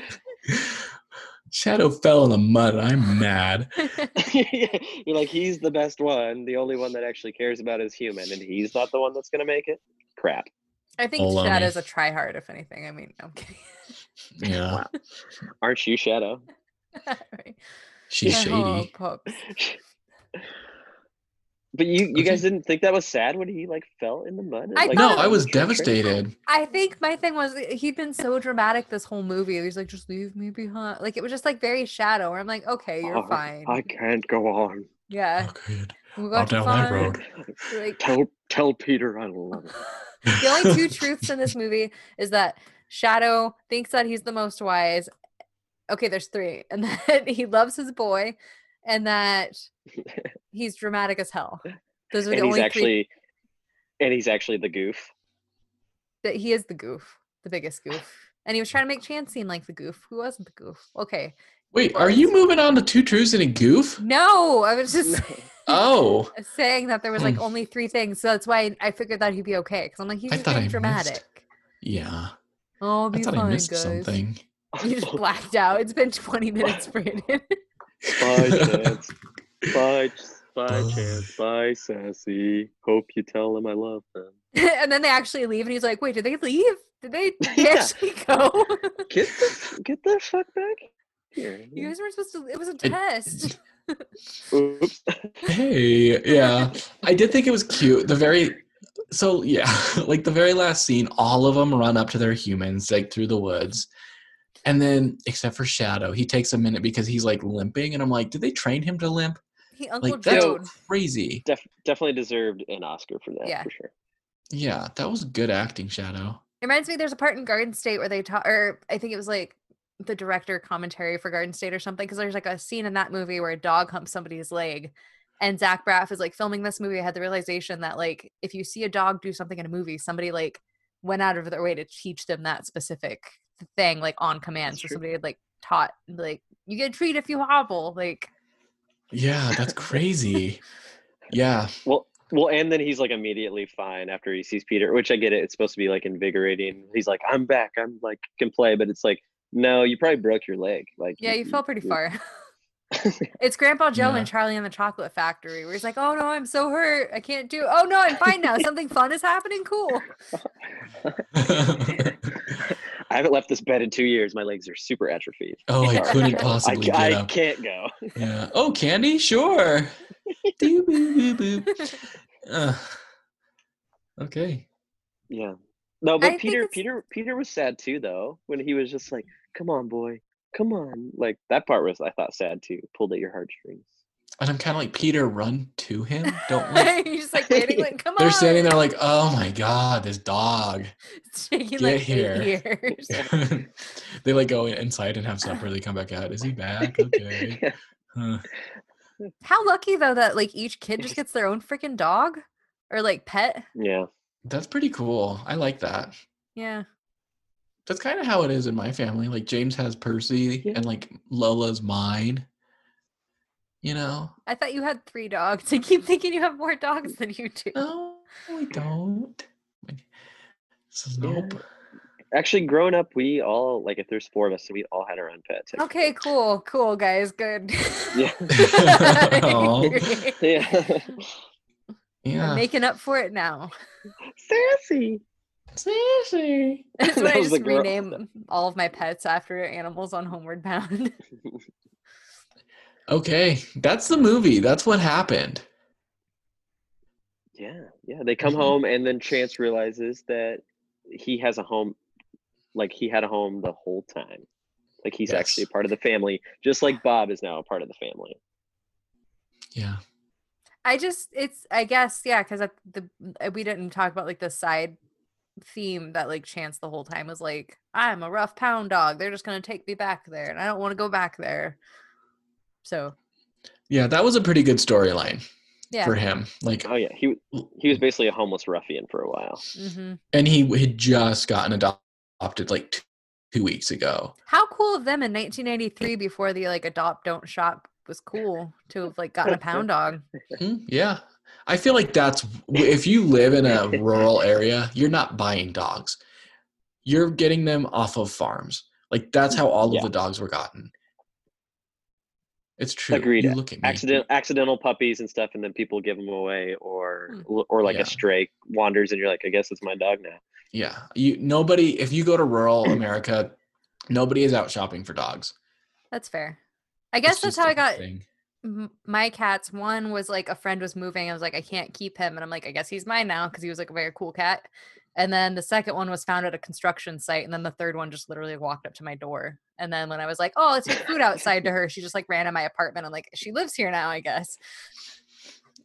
S2: Shadow fell in the mud. and I'm mad.
S4: You're like, he's the best one. The only one that actually cares about is human, and he's not the one that's gonna make it. Crap.
S3: I think
S2: Baloney.
S3: Shadow's a tryhard, if anything. I mean, I'm kidding.
S2: Yeah,
S4: Aren't you Shadow?
S3: Right. Oh,
S2: she's
S3: I
S2: shady.
S3: hope, hope.
S4: But you, you
S2: Okay.
S4: guys didn't think that was sad when he like fell in the mud? and,
S3: I
S4: like, oh,
S2: No,
S4: fell
S2: I
S4: in
S2: was
S4: the train track?
S2: devastated.
S3: I think my thing was he'd been so dramatic this whole movie. He's like, "Just leave me behind." Like it was just like very Shadow. Where I'm like, "Okay, you're
S4: Oh,
S3: fine.
S4: I can't go on.
S3: yeah,
S2: Okay,
S3: Oh, we'll go
S2: out Oh, down that
S3: fun."
S2: road.
S3: Like,
S4: Tell tell Peter I love him.
S3: the only two truths in this movie is that Shadow thinks that he's the most wise. Okay, there's three, and that he loves his boy, and that he's dramatic as hell. Those are the
S4: and he's
S3: only three.
S4: actually, and he's actually the goof.
S3: That he is the goof, the biggest goof. And he was trying to make Chan seem like the goof, who wasn't the goof. Okay.
S2: Wait, are you moving on to two truths and a goof?
S3: No, I was just
S2: Oh,
S3: saying that there was like
S2: Hmm.
S3: only three things, so that's why I figured that he'd be okay. Because I'm like, he's
S2: I
S3: just
S2: thought I
S3: being
S2: missed
S3: dramatic.
S2: yeah.
S3: Oh,
S2: I
S3: be
S2: thought
S3: fine,
S2: I missed
S3: guys.
S2: something.
S3: You just blacked out. It's been 20 minutes, Brandon.
S4: By chance. By, by chance. By sassy. Hope you tell them I love them.
S3: and then they actually leave, and he's like, "Wait, did they leave? Did they, did they
S4: Yeah.
S3: actually go?
S4: Get the, get the fuck back here.
S3: you guys were supposed to. It was a test."
S4: Oops.
S2: hey, yeah. I did think it was cute. The very so yeah, like the very last scene, all of them run up to their humans like through the woods. And then except for Shadow, he takes a minute because he's like limping and I'm like, did they train him to limp?
S3: He
S4: Oh,
S3: Uncle
S2: Like that's
S3: Joe.
S2: crazy.
S4: Def- definitely deserved an Oscar for that,
S3: Yeah.
S4: for sure.
S2: Yeah, that was good acting, Shadow.
S3: It reminds me, there's a part in Garden State where they talk, or I think it was like the director commentary for Garden State or something, because there's like a scene in that movie where a dog humps somebody's leg. And Zach Braff is like filming this movie. I had the realization that like if you see a dog do something in a movie, somebody like went out of their way to teach them that specific thing, like on command.
S4: That's
S3: So
S4: true.
S3: somebody had like taught, like you get a treat if you hobble. Like
S2: Yeah, that's crazy. yeah.
S4: Well, well, and then he's like immediately fine after he sees Peter, which I get it. It's supposed to be like invigorating. He's like, I'm back. I'm like can play, but it's like, no, you probably broke your leg. Like,
S3: yeah, you fell pretty
S4: you-
S3: far. It's Grandpa Joe
S2: Yeah.
S3: and Charlie and the Chocolate Factory, where he's like, "Oh no, I'm so hurt. I can't do. Oh no, I'm fine now. Something fun is happening. Cool."
S4: I haven't left this bed in two years. My legs are super atrophied.
S2: oh, I couldn't
S4: I,
S2: possibly
S4: ca-
S2: get
S4: I
S2: up.
S4: can't go.
S2: Yeah. Oh, candy? Sure. Doo boo boo boo. Uh, okay.
S4: Yeah. No,
S3: I
S4: but
S3: think
S4: Peter,
S3: it's-
S4: Peter, Peter was sad too, though, when he was just like, "Come on, boy, come on!" Like that part was, I thought, sad too. Pulled at your heartstrings.
S2: And I'm kind of like, Peter, run to him. Don't like.
S3: You're just like waiting, like, come on.
S2: They're standing there like, oh my God, this dog.
S3: It's taking
S2: "Get
S3: like
S2: here."
S3: eight years.
S2: they like go inside and have supper. They come back out. Is he back? Okay. Huh.
S3: How lucky though that like each kid just gets their own freaking dog or like pet.
S4: Yeah.
S2: That's pretty cool. I like that.
S3: Yeah.
S2: that's kind of how it is in my family. Like James has Percy
S4: Yeah.
S2: and like Lola's mine. You know?
S3: I thought you had three dogs. I keep thinking you have more dogs than you do.
S2: No, I don't. Like, So
S4: Yeah.
S2: nope.
S4: Actually, growing up, we all like if there's four of us, we all had our own pets.
S3: Okay, cool, cool guys, good.
S4: Yeah.
S2: Aw.
S4: Yeah.
S3: I'm
S2: Yeah.
S3: making up for it now.
S4: Sassy.
S2: Seriously.
S3: That's when
S4: That
S3: I
S4: was
S3: just
S4: the girl.
S3: rename all of my pets after animals on Homeward Bound.
S2: Okay. That's the movie. That's what happened.
S4: Yeah, yeah. They come
S2: Mhm.
S4: home, and then Chance realizes that he has a home, like he had a home the whole time. Like he's actually
S2: Yes.
S4: a part of the family, just like Bob is now a part of the family.
S2: Yeah.
S3: I just it's I guess yeah because the uh, we didn't talk about like the side theme that like Chance the whole time was like I'm a rough pound dog they're just gonna take me back there and I don't want to go back there so
S2: Yeah, that was a pretty good storyline
S3: yeah
S2: for him. Like
S4: Oh yeah, he he
S2: Mm-hmm.
S4: was basically a homeless ruffian for a while.
S3: mhm.
S2: and he had just gotten adopted like two, two weeks ago.
S3: how cool of them in 1993 before the like adopt don't shop was cool to have like gotten a pound dog
S2: Mhm, Yeah. I feel like that's if you live in a rural area, you're not buying dogs. You're getting them off of farms. Like that's how all
S4: Yeah.
S2: of the dogs were gotten. It's true.
S4: Agreed.
S2: You look at me.
S4: Accident, accidental puppies and stuff, and then people give them away, or or like
S2: Hmm. Yeah.
S4: a stray wanders, and you're like, I guess it's my dog now.
S2: Yeah. You nobody if you go to rural America, nobody is out shopping for dogs.
S3: that's fair I guess that's
S2: just
S3: how
S2: a
S3: I got
S2: thing.
S3: m- my cats one was like a friend was moving i was like i can't keep him and i'm like i guess he's mine now because he was like a very cool cat and then the second one was found at a construction site and then the third one just literally walked up to my door and then when i was like oh let's take food outside to her she just like ran in my apartment and like she lives here now i guess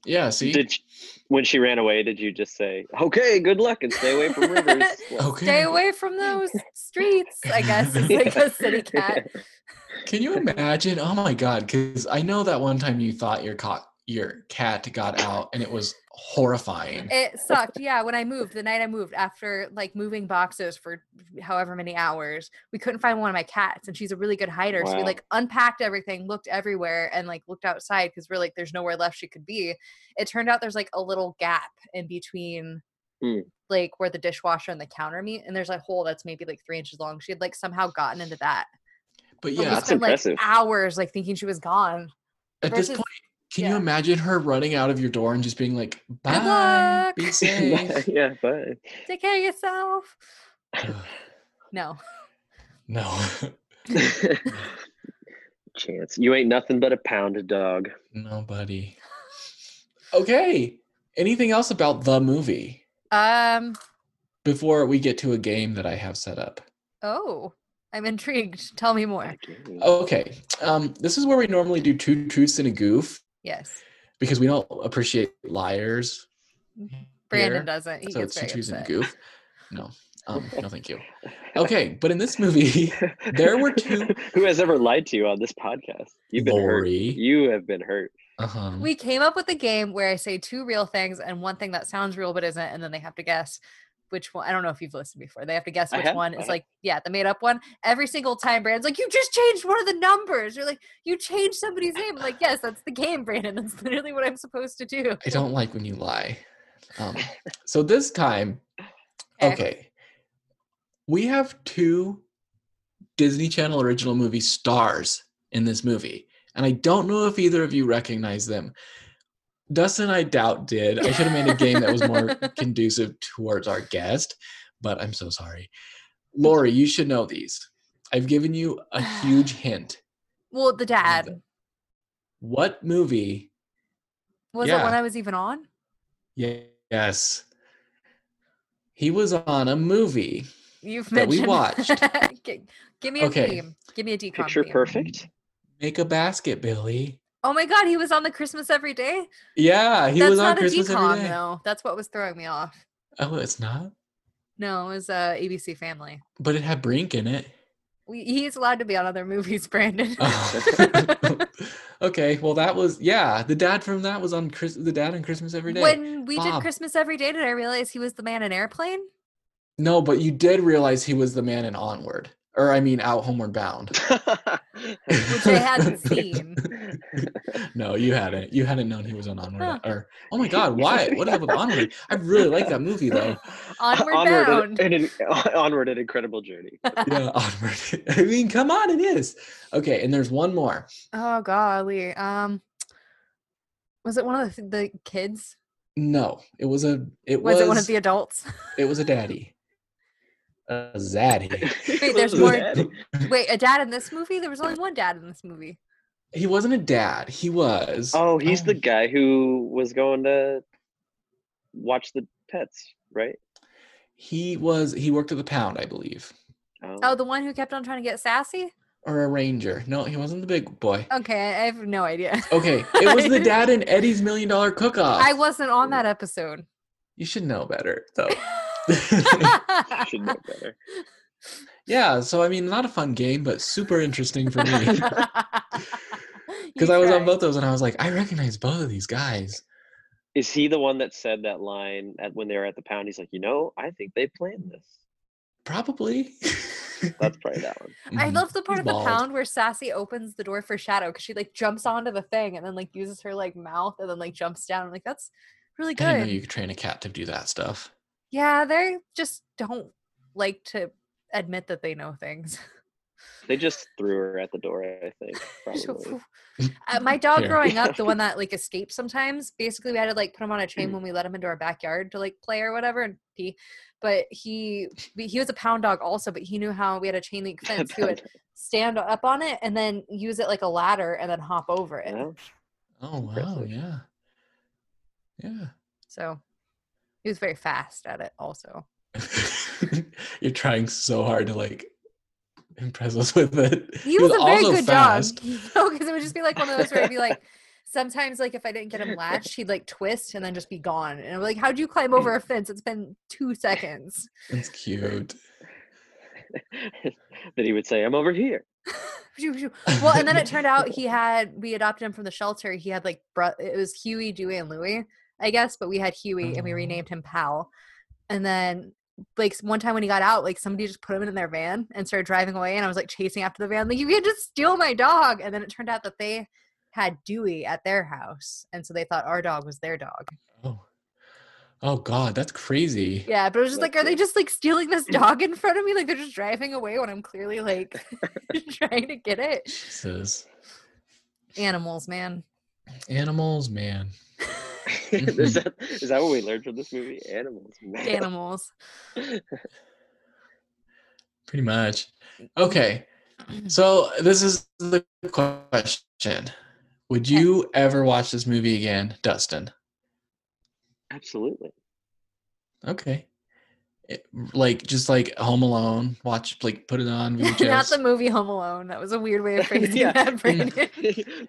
S2: Yeah, see?
S4: Did sh- when she ran away, did you just say, "Okay, good luck, and stay away from rivers"? Well,
S2: okay.
S3: stay away from those streets i guess is like a city cat
S2: Can you imagine? Oh my god, because I know that one time you thought your cock your cat got out and it was horrifying.
S3: It sucked. Yeah, when I moved, the night I moved, after like moving boxes for however many hours, we couldn't find one of my cats, and she's a really good hider. So we
S4: Wow.
S3: like unpacked everything, looked everywhere, and like looked outside because we're like, there's nowhere left she could be. It turned out there's like a little gap in between.
S2: Hmm.
S4: Mm.
S3: Like where the dishwasher and the counter meet, and there's a hole that's maybe like three inches long. She had like somehow gotten into that. But
S2: But
S3: we
S2: yeah,
S4: That's
S3: spent like
S4: impressive.
S3: hours like thinking she was gone.
S2: at this
S3: versus-
S2: point, can you
S3: yeah.
S2: imagine her running out of your door and just being like, "Bye,
S3: luck."
S2: be safe."
S4: yeah, but
S3: Take care of yourself. No.
S2: no,
S4: chance. You ain't nothing but a pound dog.
S2: nobody. Okay. Anything else about the movie
S3: Um.
S2: before we get to a game that I have set up?
S3: Oh, I'm intrigued. Tell me more.
S4: Again.
S2: Okay. Um, this is where we normally do two truths and a goof
S3: Yes.
S2: because we don't appreciate liars.
S3: Brandon
S2: here.
S3: doesn't. He
S2: so
S3: gets
S2: it's two
S3: very
S2: truths and a
S3: upset.
S2: goof. No. Um, no, thank you. Okay, but in this movie, Oh, There were two-
S4: Who has ever lied to you on this podcast? You've been hurt.
S2: Lori.
S4: You have been hurt.
S2: Uh-huh.
S3: We came up with a game where I say two real things and one thing that sounds real but isn't, and then they have to guess which one. I don't know if you've listened before. They have to guess
S4: I
S3: which
S4: have,
S3: one
S4: I
S3: is
S4: have.
S3: like, yeah, the made up one. Every single time, Brandon's like, you just changed one of the numbers. You're like, you changed somebody's name. I'm like, yes, that's the game, Brandon. That's literally what I'm supposed to do.
S2: I don't like when you lie. Um, so this time,
S3: Okay.
S2: okay, we have two Disney Channel original movie stars in this movie, and I don't know if either of you recognize them. Dustin, I doubt did. I should have made a game that was more conducive towards our guest, but I'm so sorry. Lori, you should know these. I've given you a huge hint.
S3: Well, the dad.
S2: What movie?
S3: Was it when
S2: Yeah.
S3: I was even on?
S2: Ye- Yes. He was on a movie.
S3: You've
S2: That
S3: mentioned.
S2: we watched.
S3: Gi- give me a
S2: Okay.
S3: theme. Give me a decom
S4: Picture
S3: theme.
S4: perfect.
S2: Make a basket, Billy.
S3: Oh my god, he was on the Christmas every day.
S2: Yeah, he
S3: That's
S2: was on
S3: not
S2: Christmas
S3: a decom
S2: every day.
S3: though. That's what was throwing me off.
S2: Oh, it's not.
S3: No, it was uh, ABC Family.
S2: But it had Brink in it.
S3: We, he's allowed to be on other movies, Brandon.
S2: Oh. okay, well that was yeah. The dad from that was on Chris. The dad on Christmas every day.
S3: when we did
S2: Bob.
S3: Christmas every day, did I realize he was the man in Airplane?
S2: no, but you did realize he was the man in Onward, or I mean, Out Homeward Bound.
S3: Which I hadn't seen.
S2: No, you hadn't. You hadn't known he was on Onward.
S3: Huh.
S2: Or oh my God, why? What is up with Onward? I really like that movie though.
S3: Onward Bound.
S4: An, an, onward, an incredible journey.
S2: yeah, onward. I mean, come on, it is. Okay, and there's one more.
S3: Oh golly. Um, was it one of the, the kids?
S2: No, it was a it
S3: Was,
S2: was,
S3: it one of the adults?
S2: it was a daddy. A zaddy.
S3: Wait, there's
S4: Little
S3: more-
S4: daddy.
S3: Wait, a dad in this movie? There was only one dad in this movie.
S2: He wasn't a dad. He was
S4: Oh, he's
S2: Oh.
S4: the guy who was going to watch the pets, right?
S2: he was he worked at the pound, I believe.
S3: Oh, the one who kept on trying to get sassy?
S2: Or a ranger. No, he wasn't the big boy.
S3: Okay, I I have no idea.
S2: Okay. It was the dad in Eddie's million dollar cook off.
S3: I wasn't on that episode.
S2: you should know better though.
S4: you should know better.
S2: yeah, so I mean not a fun game, but super interesting for me.
S3: Because
S2: Because I was on both those and I was like, I recognize both of these guys.
S4: Is he the one that said that line at when they were at the pound? He's like, you know, I think they planned this.
S2: Probably.
S4: That's probably that one.
S3: I
S2: Mhm.
S3: love the part
S2: He's
S3: of the
S2: bald.
S3: pound where Sassy opens the door for Shadow because she like jumps onto the thing and then like uses her like mouth and then like jumps down. I'm like, that's really
S2: I didn't
S3: good.
S2: know you could train a cat to do that stuff.
S3: yeah, they just don't like to admit that they know things.
S4: They just threw her at the door, I think. Probably.
S3: Uh, my dog
S2: Here.
S3: growing up, the one that like escaped sometimes, basically we had to like put him on a
S2: Hmm.
S3: chain when we let him into our backyard to like play or whatever and pee. But he we- he was a pound dog also, but he knew how we had a chain link fence. He would stand up on it and then use it like a ladder and then hop over it.
S4: Well,
S2: Oh wow,
S4: impressive.
S2: yeah. Yeah.
S3: So he was very fast at it also.
S2: You're trying so hard to like impress us with it.
S3: He was, a very good dog. No, because it would just be like one of those where it'd be like sometimes like if I didn't get him latched, he'd like twist and then just be gone. And I'm like, how'd you climb over a fence? It's been two seconds.
S2: That's cute.
S4: That he would say, I'm over here.
S3: well, and then it turned out he had we adopted him from the shelter. He had like bro- it was Huey, Dewey, and Louie, I guess, but we had Huey and we
S2: Oh.
S3: renamed him Pal. And then like s- one time when he got out, like somebody just put him in their van and started driving away, and I was like chasing after the van, like you can't just steal my dog. And then it turned out that they had Dewey at their house, and so they thought our dog was their dog.
S2: Oh, oh God, that's crazy.
S3: Yeah, but it was just
S4: That's
S3: like, are they
S4: it.
S3: just like stealing this dog in front of me? Like they're just driving away when I'm clearly like trying to get it.
S2: Jesus.
S3: Animals, man.
S2: Animals, man.
S4: is that is that what we learned from this movie? Animals. man.
S3: Animals.
S2: Pretty much. Okay. So this is the question. Would
S3: Okay.
S2: you ever watch this movie again, Dustin?
S4: Absolutely.
S2: Okay. It- like just like Home Alone, watch like put it on
S3: Not the
S2: VHS.
S3: movie Home Alone. That was a weird way of phrasing
S4: Yeah.
S3: that, Brandon.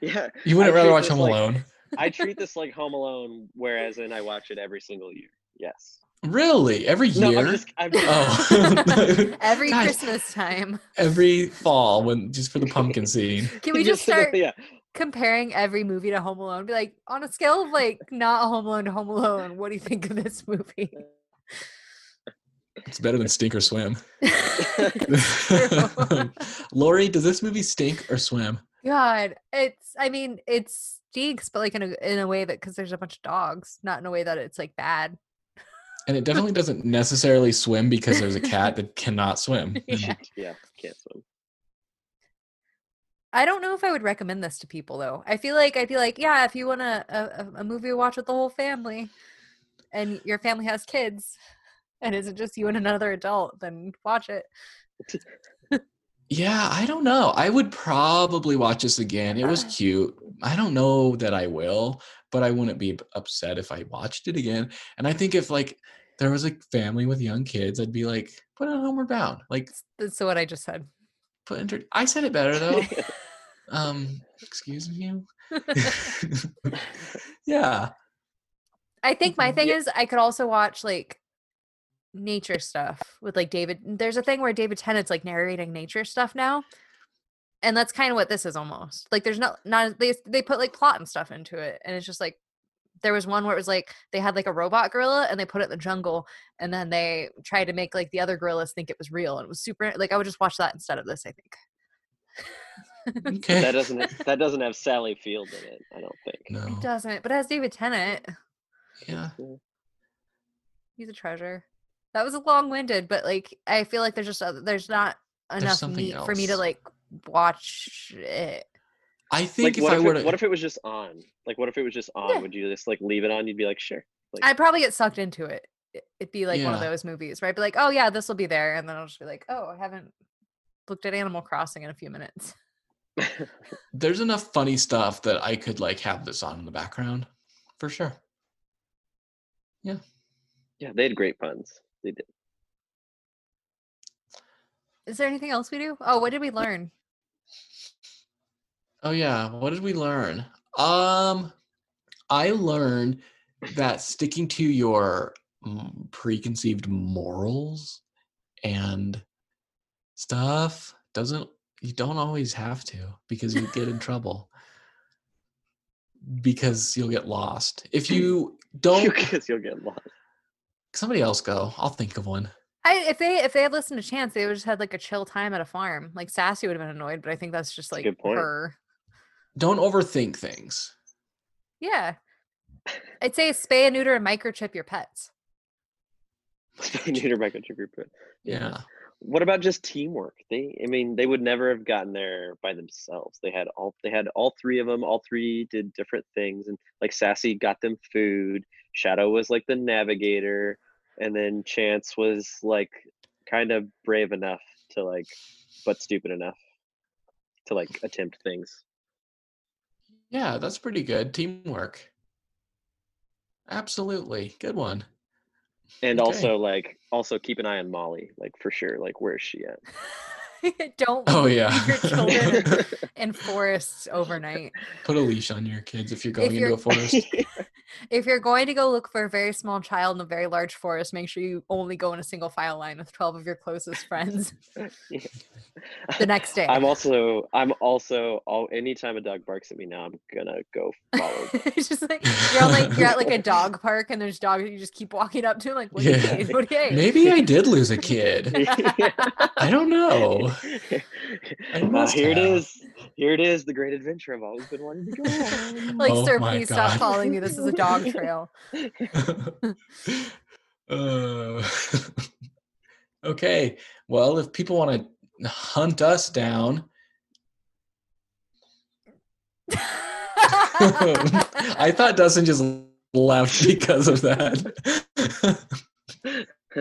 S4: yeah.
S2: you wouldn't
S4: I
S2: rather
S4: treat
S2: watch
S4: this
S2: Home
S4: like-
S2: Alone.
S4: I treat this like Home Alone, whereas in I watch it every single year. Yes.
S2: Really? Every year?
S4: No, I'm just. I'm just
S2: Oh.
S3: Every
S2: God,
S3: Christmas time.
S2: Every fall when just for the pumpkin scene.
S3: Can we just start
S4: Yeah.
S3: comparing every movie to Home Alone? Be like, on a scale of like not Home Alone to Home Alone, what do you think of this movie?
S2: It's better than Stink or Swim.
S3: True.
S2: Lori, does this movie stink or swim?
S3: God, it's. I mean, it stinks, but like in a in a way that because there's a bunch of dogs, not in a way that it's like bad.
S2: And it definitely doesn't necessarily swim because there's a cat that cannot swim. And
S3: Yeah.
S4: Yeah. Can't swim.
S3: I don't know if I would recommend this to people though. I feel like I'd be like, yeah, if you want a a, a movie to watch with the whole family, and your family has kids, and isn't just you and another adult, then watch it.
S2: Yeah, I don't know. I would probably watch this again. It was cute. I don't know that I will, but I wouldn't be upset if I watched it again. And I think if like there was a family with young kids, I'd be like, put on Homeward Bound. Like
S3: That's what I just said.
S2: put inter- I said it better though. um, excuse me. yeah.
S3: I think my thing
S2: Yeah.
S3: is I could also watch like nature stuff with like David. There's a thing where David Tennant's like narrating nature stuff now, and that's kind of what this is almost. Like there's not not they they put like plot and stuff into it, and it's just like there was one where it was like they had like a robot gorilla and they put it in the jungle, and then they tried to make like the other gorillas think it was real, and it was super. Like I would just watch that instead of this. I think.
S2: Okay.
S4: That doesn't. Have, that doesn't have Sally Field in it. I don't think.
S2: no.
S3: It doesn't, but it has David Tennant.
S2: Yeah.
S3: He's a treasure. That was long-winded, but like I feel like there's just oth- there's not enough
S2: something
S3: meat for me to
S2: else.
S3: like watch it.
S2: I
S4: Like,
S2: think if
S4: what
S2: I
S4: if,
S2: were
S4: it,
S2: to
S4: what if it was just on? Like, what if it was just on?
S3: Yeah.
S4: Would you just like leave it on? You'd be like, sure. Like,
S3: I'd probably get sucked into it. It- It'd be like one of
S2: Yeah.
S3: those movies, right? Be like, oh yeah, this will be there, and then I'll just be like, oh, I haven't looked at Animal Crossing in a few minutes.
S2: there's enough funny stuff that I could like have this on in the background for sure.
S4: yeah, they had great puns. They did.
S3: Is there anything else we do? Oh, what did we learn?
S2: Oh yeah, what did we learn? Um I learned that sticking to your mm, preconceived morals and stuff doesn't you don't always have to because you get in trouble because you'll get lost. If you don't
S4: Because you'll get lost.
S2: somebody else go. I'll think of one.
S3: I if they if they had listened to Chance, they would just had like a chill time at a farm. Like Sassy would have been annoyed, but I think that's just
S4: a
S3: like
S4: good point.
S3: her.
S2: Don't overthink things.
S3: Yeah, I'd say spay and neuter and microchip your pets.
S4: Neuter microchip but
S2: Yeah.
S4: What about just teamwork? They, I mean, they would never have gotten there by themselves. They had all, they had all three of them. All three did different things, and like Sassy got them food. Shadow was like the navigator, and then Chance was like kind of brave enough to like, but stupid enough to like attempt things.
S2: Yeah, that's pretty good. Teamwork. Absolutely. Good one.
S4: And
S2: Okay.
S4: also like, also keep an eye on Molly, like for sure. Like, where's she at?
S3: Don't
S2: Oh,
S3: leave
S2: yeah.
S3: your children in- in forests overnight.
S2: Put a leash on your kids if you're going into
S3: you're-
S2: a forest.
S3: If you're going to go look for a very small child in a very large forest, make sure you only go in a single file line with 12 of your closest friends the next day.
S4: I'm also I'm also all anytime a dog barks at me now, I'm gonna go follow.
S3: it's just like you're on like you're at like a dog park and there's dogs that you just keep walking up to like what do
S2: Yeah.
S3: you need? What do you need?
S2: Maybe I did lose a kid. I don't know. Oh. I
S4: Well,
S2: must
S4: Uh, here it
S2: have.
S4: is. Here it is. The great adventure I've always been wanting to go on.
S3: Like,
S2: Oh
S3: sir,
S2: my
S3: please
S2: God.
S3: stop following me. This is a dog trail.
S2: Uh, okay. Well, if people want to hunt us down, I thought Dustin just left because of that.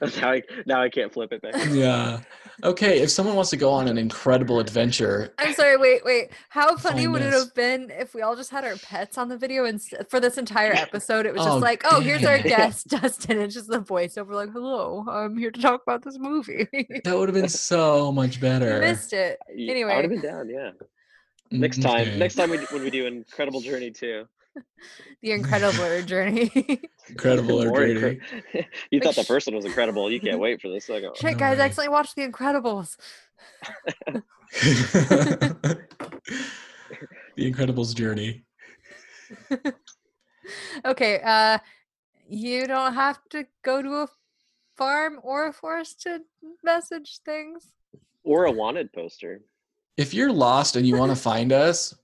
S4: now, I, now I can't flip it back.
S2: yeah. Okay. If someone wants to go on an incredible adventure,
S3: I'm sorry. Wait, wait. How funny
S2: Find
S3: would it
S2: us.
S3: have been if we all just had our pets on the video and for this entire episode? It was
S2: Oh,
S3: just like, oh, here's our
S2: dang.
S3: guest, Dustin. It's just the voiceover, like, hello, I'm here to talk about this movie. you
S2: that would have been so much better.
S3: missed it.
S4: Y-
S3: Anyway.
S4: I would have been down. Yeah. Next time.
S2: Mm, Okay.
S4: Next time we, d- when we do Incredible Journey too.
S3: The incredible journey.
S2: Incredible or
S4: More
S2: dirty.
S4: incre- you
S3: Like,
S4: thought the
S3: sh-
S4: first one was incredible. You can't wait for the second one.
S3: Shit, guys,
S2: No.
S3: I accidentally watched The Incredibles.
S2: the Incredibles journey.
S3: Okay, uh, you don't have to go to a farm or a forest to message things.
S4: Or a wanted poster.
S2: If you're lost and you want to find us,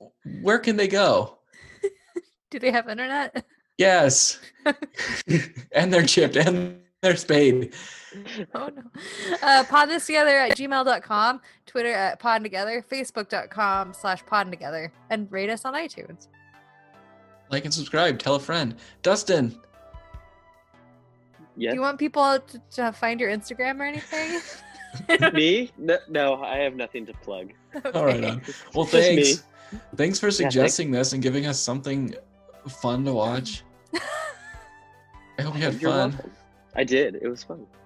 S2: where can they go?
S3: Do they have internet?
S2: Yes. and they're chipped and they're spayed.
S3: Oh no. Uh, pod this together at gmail.com, Twitter at pod together, facebook.com slash pod together, and rate us on iTunes.
S2: Like and subscribe. Tell a friend. Dustin,
S4: Yeah.
S3: Do you want people to, to find your Instagram or anything?
S4: Me? No, no, I have nothing to plug.
S2: All right, on. Well,
S4: Just me.
S2: thanks. Thanks for
S4: thank-
S2: suggesting this and giving us something fun to watch. I hope you had
S4: You're
S2: fun.
S4: welcome. I did. It was fun.